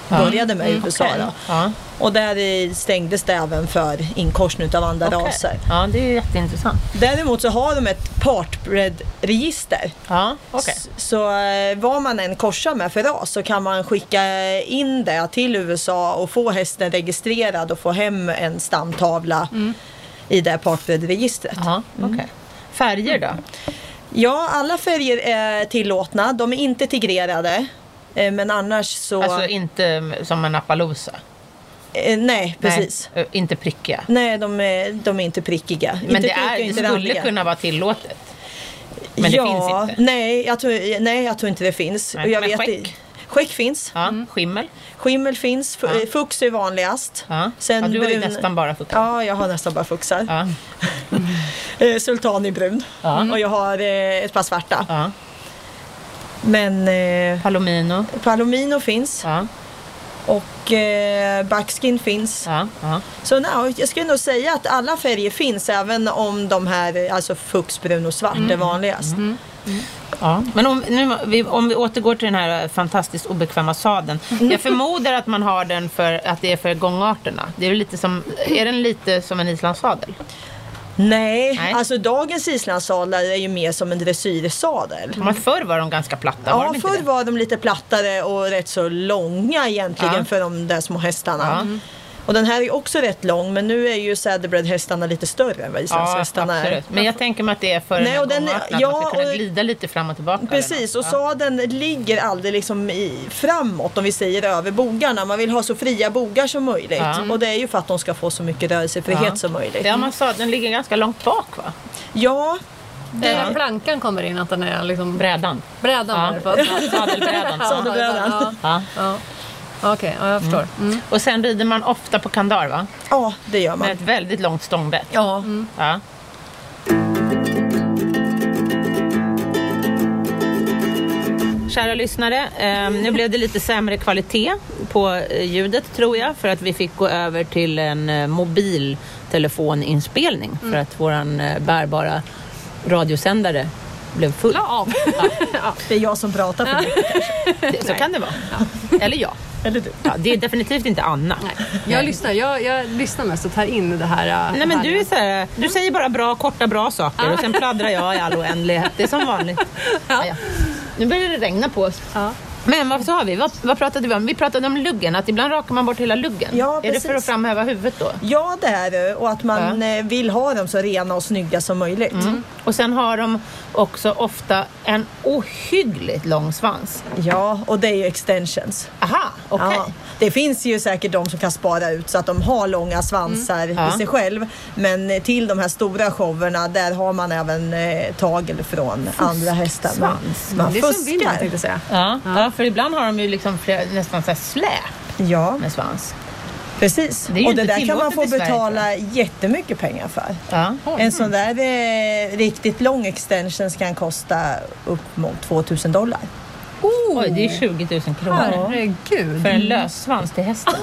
B: Ja. Mm,
D: började med i USA.
B: Okej.
D: Då.
B: Ja.
D: Och där eh, stängdes det även för inkorsning av andra
B: okej.
D: raser.
B: Ja, det är ju jätteintressant.
D: Däremot så har de ett partbred-register.
B: Ja, okej.
D: S- Så eh, vad man än korsar med för ras så kan man skicka in det till USA och få hästen registrerad och få hem en stamtavla i det partbredregistret.
B: Ja, okej. Färger då?
D: Ja, alla färger är tillåtna. De är inte tigrerade. Eh, Men annars så...
B: Alltså inte mm, som en appaloosa?
D: eh, nej, precis.
B: Nej, eh, inte prickiga?
D: Nej, de, är, de är inte prickiga.
B: Men
D: inte
B: det, är,
D: prickiga,
B: det
D: inte
B: skulle
D: randiga.
B: kunna vara tillåtet? men det finns inte.
D: Nej jag, tror, nej, jag tror inte det finns.
B: Nej,
D: Och jag
B: men
D: vet
B: skäck?
D: i- Skäck finns.
B: Ja, Skimmel?
D: Skimmel finns, fu-
B: Ja.
D: fux är vanligast.
B: Ja. ja, du har ju nästan bara fått...
D: Ja, jag har nästan bara fuxar.
B: Ja.
D: Eh, Sultan i brun.
B: Ja.
D: Och jag har eh, ett par svarta.
B: Ja.
D: Men eh,
B: Palomino?
D: Palomino finns
B: Ja,
D: och eh, Buckskin finns.
B: ja, ja.
D: Så no, jag skulle nog säga att alla färger finns även om de här, eh, alltså fux, brun och svart
B: Mm.
D: är vanligast.
B: Ja, men om, nu, vi, om vi återgår till den här eh, fantastiskt obekväma sadeln.
D: Mm.
B: Jag förmodar att man har den för att det är för gångarterna. Det är, väl lite som, är den lite som en islandssadel?
D: Nej,
B: Nej.
D: alltså dagens islandssadlar är ju mer som en dressyrsadel.
B: Men förr var de ganska platta, var
D: Ja,
B: de inte
D: förr
B: det?
D: var de lite plattare och rätt så långa egentligen
B: Ja.
D: för de där små hästarna.
B: Ja.
D: Och den här är också rätt lång men nu är ju Saddlebred-hästarna lite större än vad
B: Ja,
D: islandshästarna är.
B: absolut. Men jag tänker mig att det är för
D: Nej,
B: den här
D: och den är-
B: gångarten, att
D: ja,
B: man ska kunna
D: och-
B: glida lite fram och tillbaka. eller
D: Precis, och
B: något.
D: sadeln ligger aldrig liksom i, framåt om vi säger över bogarna. Man vill ha så fria bogar som möjligt.
B: Ja.
D: Och det är ju för att de ska få så mycket rörelsefrihet
B: Ja.
D: som möjligt.
B: Ja, man sa att den ligger ganska långt bak va?
D: Ja,
A: Det är där plankan kommer in, att den är liksom
B: Brädan.
A: brädan
B: Ja.
A: där. Ja.
B: Sadelbrädan.
D: Sadelbrädan.
A: Ja,
B: Ja.
A: ja. Okej, ja, jag förstår. Mm.
B: Och sen rider man ofta på kandar va?
D: ja, det gör man.
B: Med ett väldigt långt stångbett.
D: Ja.
B: Ja. Kära lyssnare, eh, nu blev det lite sämre kvalitet på eh, ljudet tror jag för att vi fick gå över till en eh,
A: Mm.
B: mobiltelefoninspelning för att våran eh, bärbara radiosändare blev full.
A: La av!
D: Det är jag som pratar för dig.
B: Det- Så kan det vara. Eller jag.
D: Eller du.
B: Ja, det är definitivt inte Anna.
A: Nej. Jag lyssnar, jag, jag lyssnar mest och tar in det här. eh,
B: Nej men
A: härliga.
B: du, är så här, du säger bara bra, korta, bra saker och sen pladdrar jag i all oändlighet. Det är som vanligt. Ja. ja. Nu börjar det regna på oss.
A: Ja.
B: Men vad sa vi? Vad, vad pratade vi om? Vi pratade om luggen, att ibland rakar man bort hela luggen.
D: Ja,
B: är det
D: precis.
B: för att framhäva huvudet då?
D: Ja det är det och att man
B: Ja. Mm.
D: eh, vill ha dem så rena och snygga som möjligt.
B: Och sen har de också ofta en ohyggligt lång svans.
D: Ja och det är ju extensions.
B: Aha, okej.
D: Ja. Det finns ju säkert de som kan spara ut så att de har långa svansar
B: Mm. Ja.
D: i sig själv. Men eh, till de här stora showerna där har man även eh, tagel från andra hästar. Man,
B: Svans.
D: man
A: Det är som vinden
D: fuskar.
A: tänkte jag säga.
B: Ja. ja, för ibland har de ju liksom flera, nästan så här släp
D: Ja
B: med svans.
D: precis.
B: Det är ju
D: och det
B: inte
D: där kan man
B: tillåtet
D: få
B: i Sverige,
D: betala jättemycket pengar för.
B: Ja.
D: En sån där eh, riktigt lång extensions kan kosta upp mot 2000 dollar.
B: Oj, det är 20 000 kronor.
A: Oh, Herregud.
B: För en lös svans till hästen.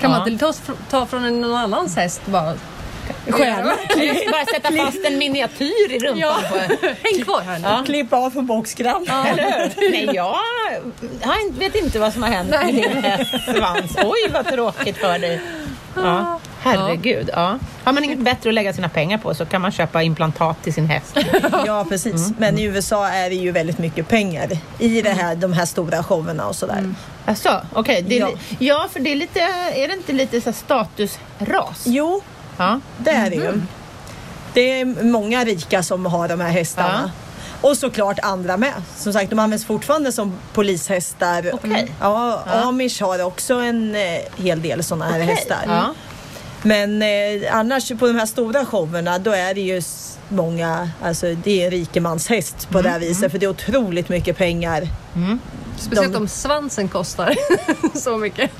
A: Kan
B: Ja.
A: man inte ta, oss fr- ta från en- någon annans häst bara? Stjäla?
B: Just bara sätta fast en miniatyr i rumpan
A: Ja.
B: på en.
A: Häng kvar här nu.
B: Ja.
D: Klippa av från boxkram.
B: Eller hur? Nej, jag har inte- vet inte vad som har hänt med din hästs svans. Oj, vad tråkigt för dig. Ja. Herregud. Ja. Har man inget bättre att lägga sina pengar på så kan man köpa implantat till sin häst.
D: Ja precis, men i USA är det ju väldigt mycket pengar i det här, de här stora showerna och sådär.
B: Alltså, okej. det är li-
D: Ja.
B: Ja, för det är lite, är det inte lite så här statusras?
D: Jo,
B: Ja.
D: det är det ju. Det är många rika som har de här hästarna. Och såklart andra med. Som sagt, de används fortfarande som polishästar. Mm.
B: Okej.
D: Ja, Amish har också en eh, hel del sådana här hästar.
B: Ja.
D: Men eh, annars på de här stora showerna då är det ju s- många, alltså det är en rikemanshäst på det här viset för det är otroligt mycket pengar.
A: Speciellt
D: De-
A: om svansen kostar så mycket.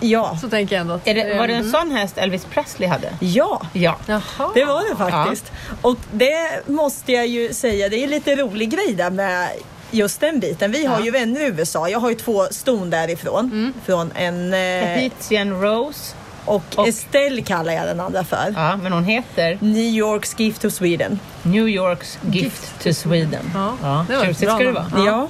D: Ja,
A: Så tänker jag ändå att...
B: Är det, var det
A: eh,
B: en sån häst Elvis Presley hade?
D: ja.
B: Ja.
A: Jaha.
D: Det var det faktiskt. Och det måste jag ju säga, det är lite rolig grej där med just den biten. Vi har ju vänner i USA. Jag har ju två ston därifrån.
B: Mm.
D: Från en... Eh,
B: Tahitian Rose.
D: och,
B: och-
D: Estelle kallar jag den andra för.
B: Ja, men hon heter
D: New Yorks gift to Sweden.
B: New Yorks Gift, to Sweden.
A: Ja, det var ett
B: tjusigt
A: bra
B: ska det vara.
A: namn.
D: Ja.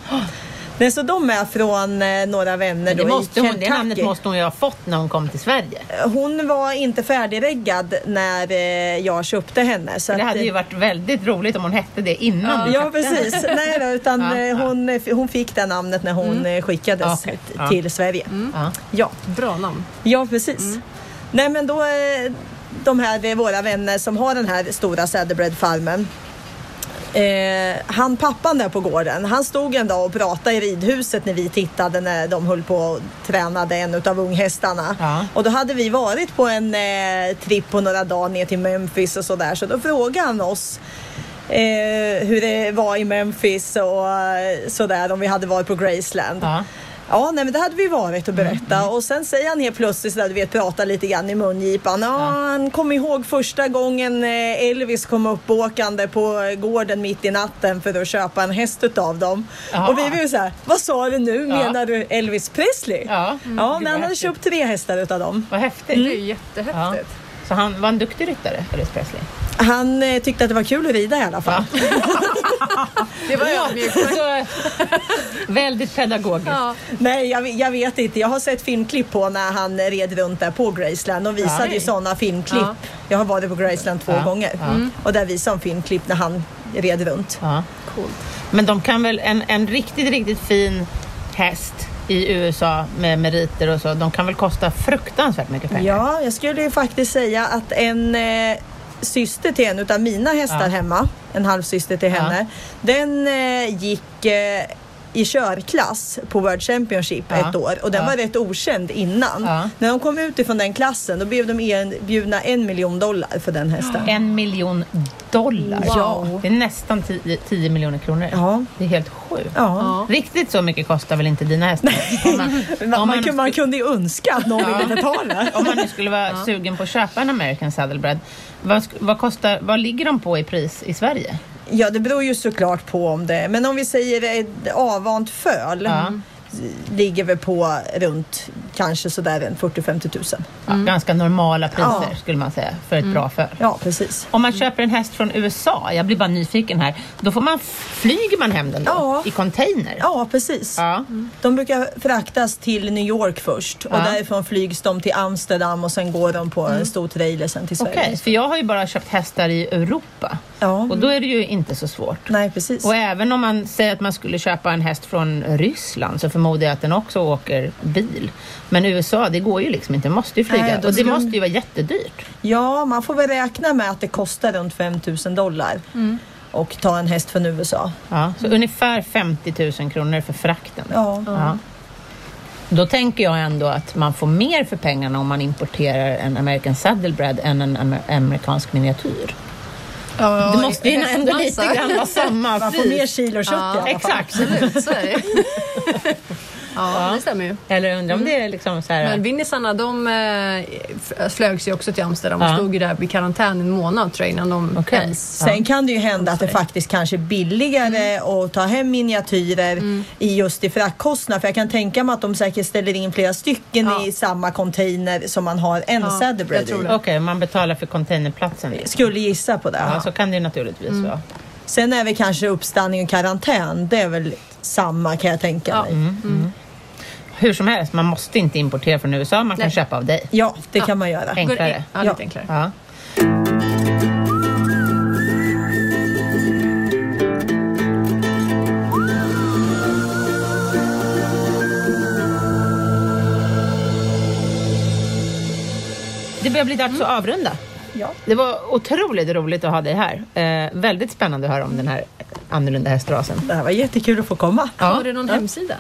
D: Nej, så de är från eh, några vänner
B: Men det,
D: då
B: måste
D: i
B: hon,
D: Kentucky.
B: det namnet måste hon ju ha fått när hon kom till Sverige.
D: Hon var inte färdigreggad när eh, jag köpte henne. Så
B: Det
D: att,
B: hade ju varit väldigt roligt om hon hette det innan. vi
D: Ja
B: köpte henne.
D: precis, nej då, utan
B: Ja,
D: eh, hon, eh, hon fick det namnet när hon eh, skickades
B: Okej,
D: t-
B: ja. Mm.
D: till Sverige.
B: Ja.
D: Ja.
A: Bra namn.
D: ja, precis. Nej men då, eh, de här, eh, våra vänner som har den här stora Saddlebred-farmen. Eh, han pappan där på gården, han stod en dag och pratade i ridhuset när vi tittade när de höll på och tränade en utav unghästarna.
B: Ja.
D: Och då hade vi varit på en eh, tripp på några dagar ner till Memphis och sådär så då frågade han oss eh, hur det var i Memphis och eh, sådär om vi hade varit på Graceland.
B: Ja. Mm.
D: Ja, nej men det hade vi varit och berätta och sen säger han helt plötsligt sådär, du vet, prata lite grann i mungipan. Ja, han kom ihåg första gången eh, Elvis kom uppåkande på gården mitt i natten för att köpa en häst utav dem.
B: Ja.
D: Och vi blev såhär, vad sa du nu?
B: Ja.
D: Menar du Elvis Presley?
B: Ja.
D: Ja,
B: Gud,
D: men
B: vad
D: han hade
B: häftigt.
D: köpt tre hästar utav dem.
B: Vad häftigt.
A: Det är ju
B: Ja.
A: jättehäftigt.
B: Så han var en duktig ryttare, Elvis Presley.
D: Han eh, tyckte att det var kul att rida i alla fall.
A: Det var ödmjukt.
B: Så, eh, väldigt pedagogiskt.
A: Ja.
D: Nej, jag, jag vet inte. Jag har sett filmklipp på när han red runt där på Graceland och visade ju sådana filmklipp.
A: Ja.
D: Jag har varit på Graceland två
B: Ja,
D: gånger
B: ja. Mm.
D: och där visade han filmklipp när han red runt.
B: Ja. Men de kan väl, en, en riktigt, riktigt fin häst i USA med meriter och så, de kan väl kosta fruktansvärt mycket pengar?
D: Ja, jag skulle ju faktiskt säga att en eh, syster till en utav mina hästar
B: Ja.
D: hemma, en halvsyster till henne, den eh, gick eh, i körklass på World Championship
B: Ja.
D: ett år och den
B: Ja.
D: var rätt okänd innan.
B: Ja.
D: När de kom ut ifrån den klassen då blev de erbjudna en miljon dollar för den hästen.
B: En miljon dollar.
A: Wow.
B: Det är nästan 10 10 miljoner kronor.
D: Ja.
B: Det är helt sjukt.
D: Ja.
B: Riktigt så mycket kostar väl inte dina hästar? Om man,
D: Man, man, kunde- man kunde ju önska att någon ville betala.
B: om man nu skulle vara sugen på att köpa en American Saddlebred, vad, sk- vad, kostar, vad ligger de på i pris i
D: Mm.
B: Sverige?
D: Ja, det beror ju såklart på om det Men om vi säger ett avant föl
B: Ja.
D: ligger vi på runt kanske sådär en 40-50 000.
B: Ja, Ganska normala priser
D: Mm. Ja. Mm.
B: skulle man säga för ett bra föl.
D: Ja, precis.
B: Om man köper en häst från USA, jag blir bara nyfiken här, då får man, flyger man hem den då?
D: Ja.
B: I container?
D: Ja, precis.
B: Ja.
D: De brukar fraktas till New York först och
B: Ja.
D: därifrån flygs de till Amsterdam och sen går de på en stor trailer sen till Sverige.
B: Okej, för jag har ju bara köpt hästar i Europa
D: Ja.
B: och då är det ju inte så svårt.
D: Nej, precis.
B: Och även om man säger att man skulle köpa en häst från Ryssland så förmodar jag att den också åker bil. Men USA, det går ju liksom inte, man måste ju flyga.
D: Nej, då
B: och det
D: ska-
B: måste ju vara jättedyrt.
D: Ja, man får väl räkna med att det kostar runt 5 000 dollar och ta en häst från USA.
B: Ja, så ungefär 50 000 kronor för frakten.
D: Mm. Ja.
B: Ja. Då tänker jag ändå att man får mer för pengarna om man importerar en American Saddlebred än en amer- amerikansk miniatyr.
A: Ja,
B: det måste ju ändå lite
A: hästmassa.
B: grann vara samma
D: Man får
B: pris.
D: mer kilo kött i alla fall.
B: Exakt.
A: Absolut, så är det. ja, det stämmer ju.
B: Eller undrar om
D: Mm.
B: det är liksom så här...
A: Men Vinnisarna de eh, f- flögs ju också till Amsterdam och
B: Ja.
A: stod ju där i karantän en månad tror jag innan de
B: Okej.
A: ens...
D: Sen kan det ju hända att det faktiskt kanske är billigare
A: Mm.
D: att ta hem miniatyrer i just i fraktkostnad. För jag kan tänka mig att de säkert ställer in flera stycken
A: Ja.
D: i samma container som man har en
A: Ja,
D: Saddlebred
A: jag tror
D: i.
B: Okej, man betalar för containerplatsen. liksom.
D: Skulle gissa på det.
B: Ja, så kan det ju naturligtvis vara.
D: Sen är väl kanske uppstannning och karantän, det är väl samma kan jag tänka
A: Ja. Mm.
D: mig.
B: mm. Hur som helst, man måste inte importera från USA, man kan
A: Nej.
B: köpa av dig.
D: Ja, det kan man göra.
B: Enkelt. enklare.
A: Ja, lite
D: Ja.
A: enklare.
B: Ja. Det börjar bli dags att avrunda.
D: Ja.
B: Det var otroligt roligt att ha dig här. Eh, väldigt spännande att höra om den här annorlunda hästrasen.
D: Det här var jättekul att få komma.
A: Har du någon hemsida?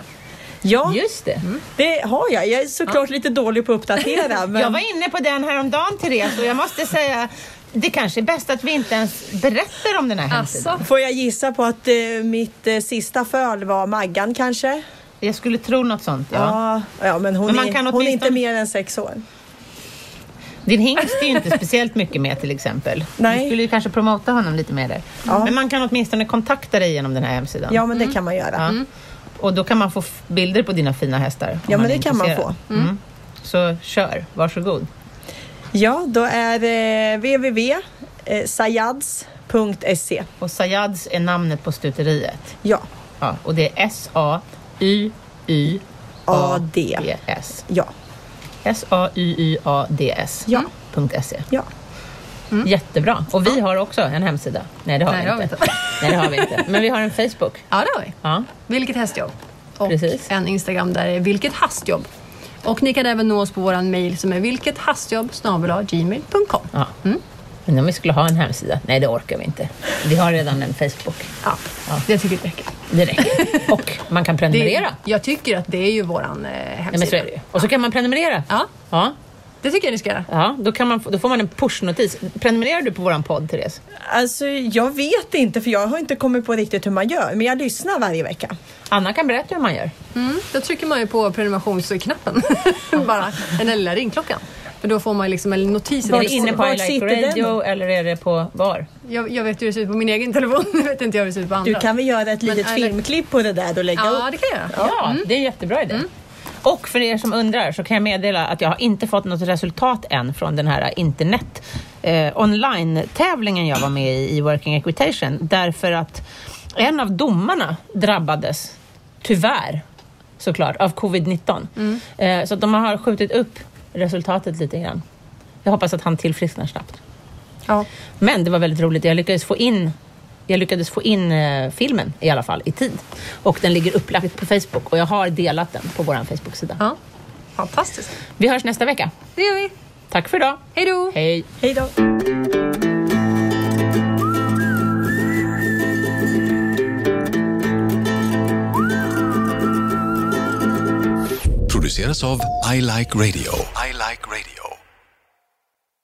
D: Ja,
B: Just det.
D: det har jag. Jag är såklart lite dålig på att uppdatera. Men...
B: Jag var inne på den häromdagen, Therese, och jag måste säga det kanske är bäst att vi inte ens berättar om den här hemsidan.
A: Alltså,
D: Får jag gissa på att eh, mitt eh, sista föl var Maggan kanske?
B: Jag skulle tro något sånt, ja.
D: Ja, ja men hon,
B: Men man
D: är,
B: kan
D: hon är inte
B: åtminstone-
D: mer än sex år.
B: Din hingst är ju inte speciellt mycket med till exempel.
D: Nej.
B: Du skulle ju kanske promota honom lite mer där.
D: Ja.
B: Men man kan åtminstone kontakta dig genom den här hemsidan.
D: Ja, men det kan man göra.
B: Mm. Ja. Och då kan man få f- bilder på dina fina hästar. om
D: Ja, men
B: är
D: det kan man
B: intresserad. Mm. Så kör, varsågod.
D: Ja, då är eh, www.sayads.se.
B: Och Sayads är namnet på stuteriet.
D: Ja,
B: Ja, och det är S-A-Y-Y-A-D-S.
D: A-D. Ja,
B: S-A-Y-Y-A-D-S.
D: Ja.
B: Punkt .se.
D: ja.
B: Jättebra. Och vi har också en hemsida. Nej, det har,
A: Nej,
B: vi,
A: det har vi
B: inte.
A: inte.
B: Nej, det har vi inte. Men vi har en Facebook.
A: ja det har vi.
B: Ja.
A: Vilket hästjobb. Och
B: Precis.
A: en Instagram där det är Vilket hastjobb. Och ni kan även nå oss på vår mail som är vilkethastjobb.gmail.com.
B: Ja. Men om vi skulle ha en hemsida? Nej, det orkar vi inte. Vi har redan en Facebook.
A: Ja, det tycker jag räcker.
B: Det räcker. Och man kan
A: Det,
B: prenumerera.
A: jag tycker att det är ju våran eh,
B: Nej, men så
A: hemsida.
B: är det ju. Och så kan man prenumerera.
A: Ja.
B: Ja.
A: det tycker jag ni ska göra.
B: Ja, då, kan man, få- då får man en pushnotis. Prenumererar du på vår podd, Therese?
D: Alltså, jag vet inte för jag har inte kommit på riktigt hur man gör, men jag lyssnar varje vecka.
B: Anna kan berätta hur man gör.
A: Mm, då trycker man ju på prenumerationsknappen. Bara den där lilla ringklockan. För då får man liksom en notis. i
B: Är det
A: telefonen.
B: inne på
D: vart
B: I Like
D: sitter
B: Radio eller är det på var?
A: Jag, jag vet hur det ser ut på min egen telefon. Jag vet inte hur det ser ut på andra.
D: Du kan väl göra ett litet
A: eller-
D: filmklipp på det där och lägga
A: Ja,
D: upp?
A: det kan jag göra.
B: Ja, det är en jättebra idé. Och för er som undrar så kan jag meddela att jag har inte fått något resultat än från den här internet eh, online-tävlingen jag var med i, i Working Equitation. Därför att en av domarna drabbades, tyvärr såklart, av covid-19. Eh, så att de har skjutit upp resultatet lite grann. Jag hoppas att han tillfrisknar snabbt.
A: Ja.
B: Men det var väldigt roligt. Jag lyckades få in, jag lyckades få in eh, filmen i alla fall i tid. Och den ligger upplagd på Facebook och jag har delat den på vår Facebook-sida.
A: ja. Fantastiskt.
B: Vi hörs nästa vecka.
A: Det gör vi.
B: Tack för idag.
A: Hej då!
B: Hej.
D: Hej då!
E: produceras av I Like Radio. I like radio.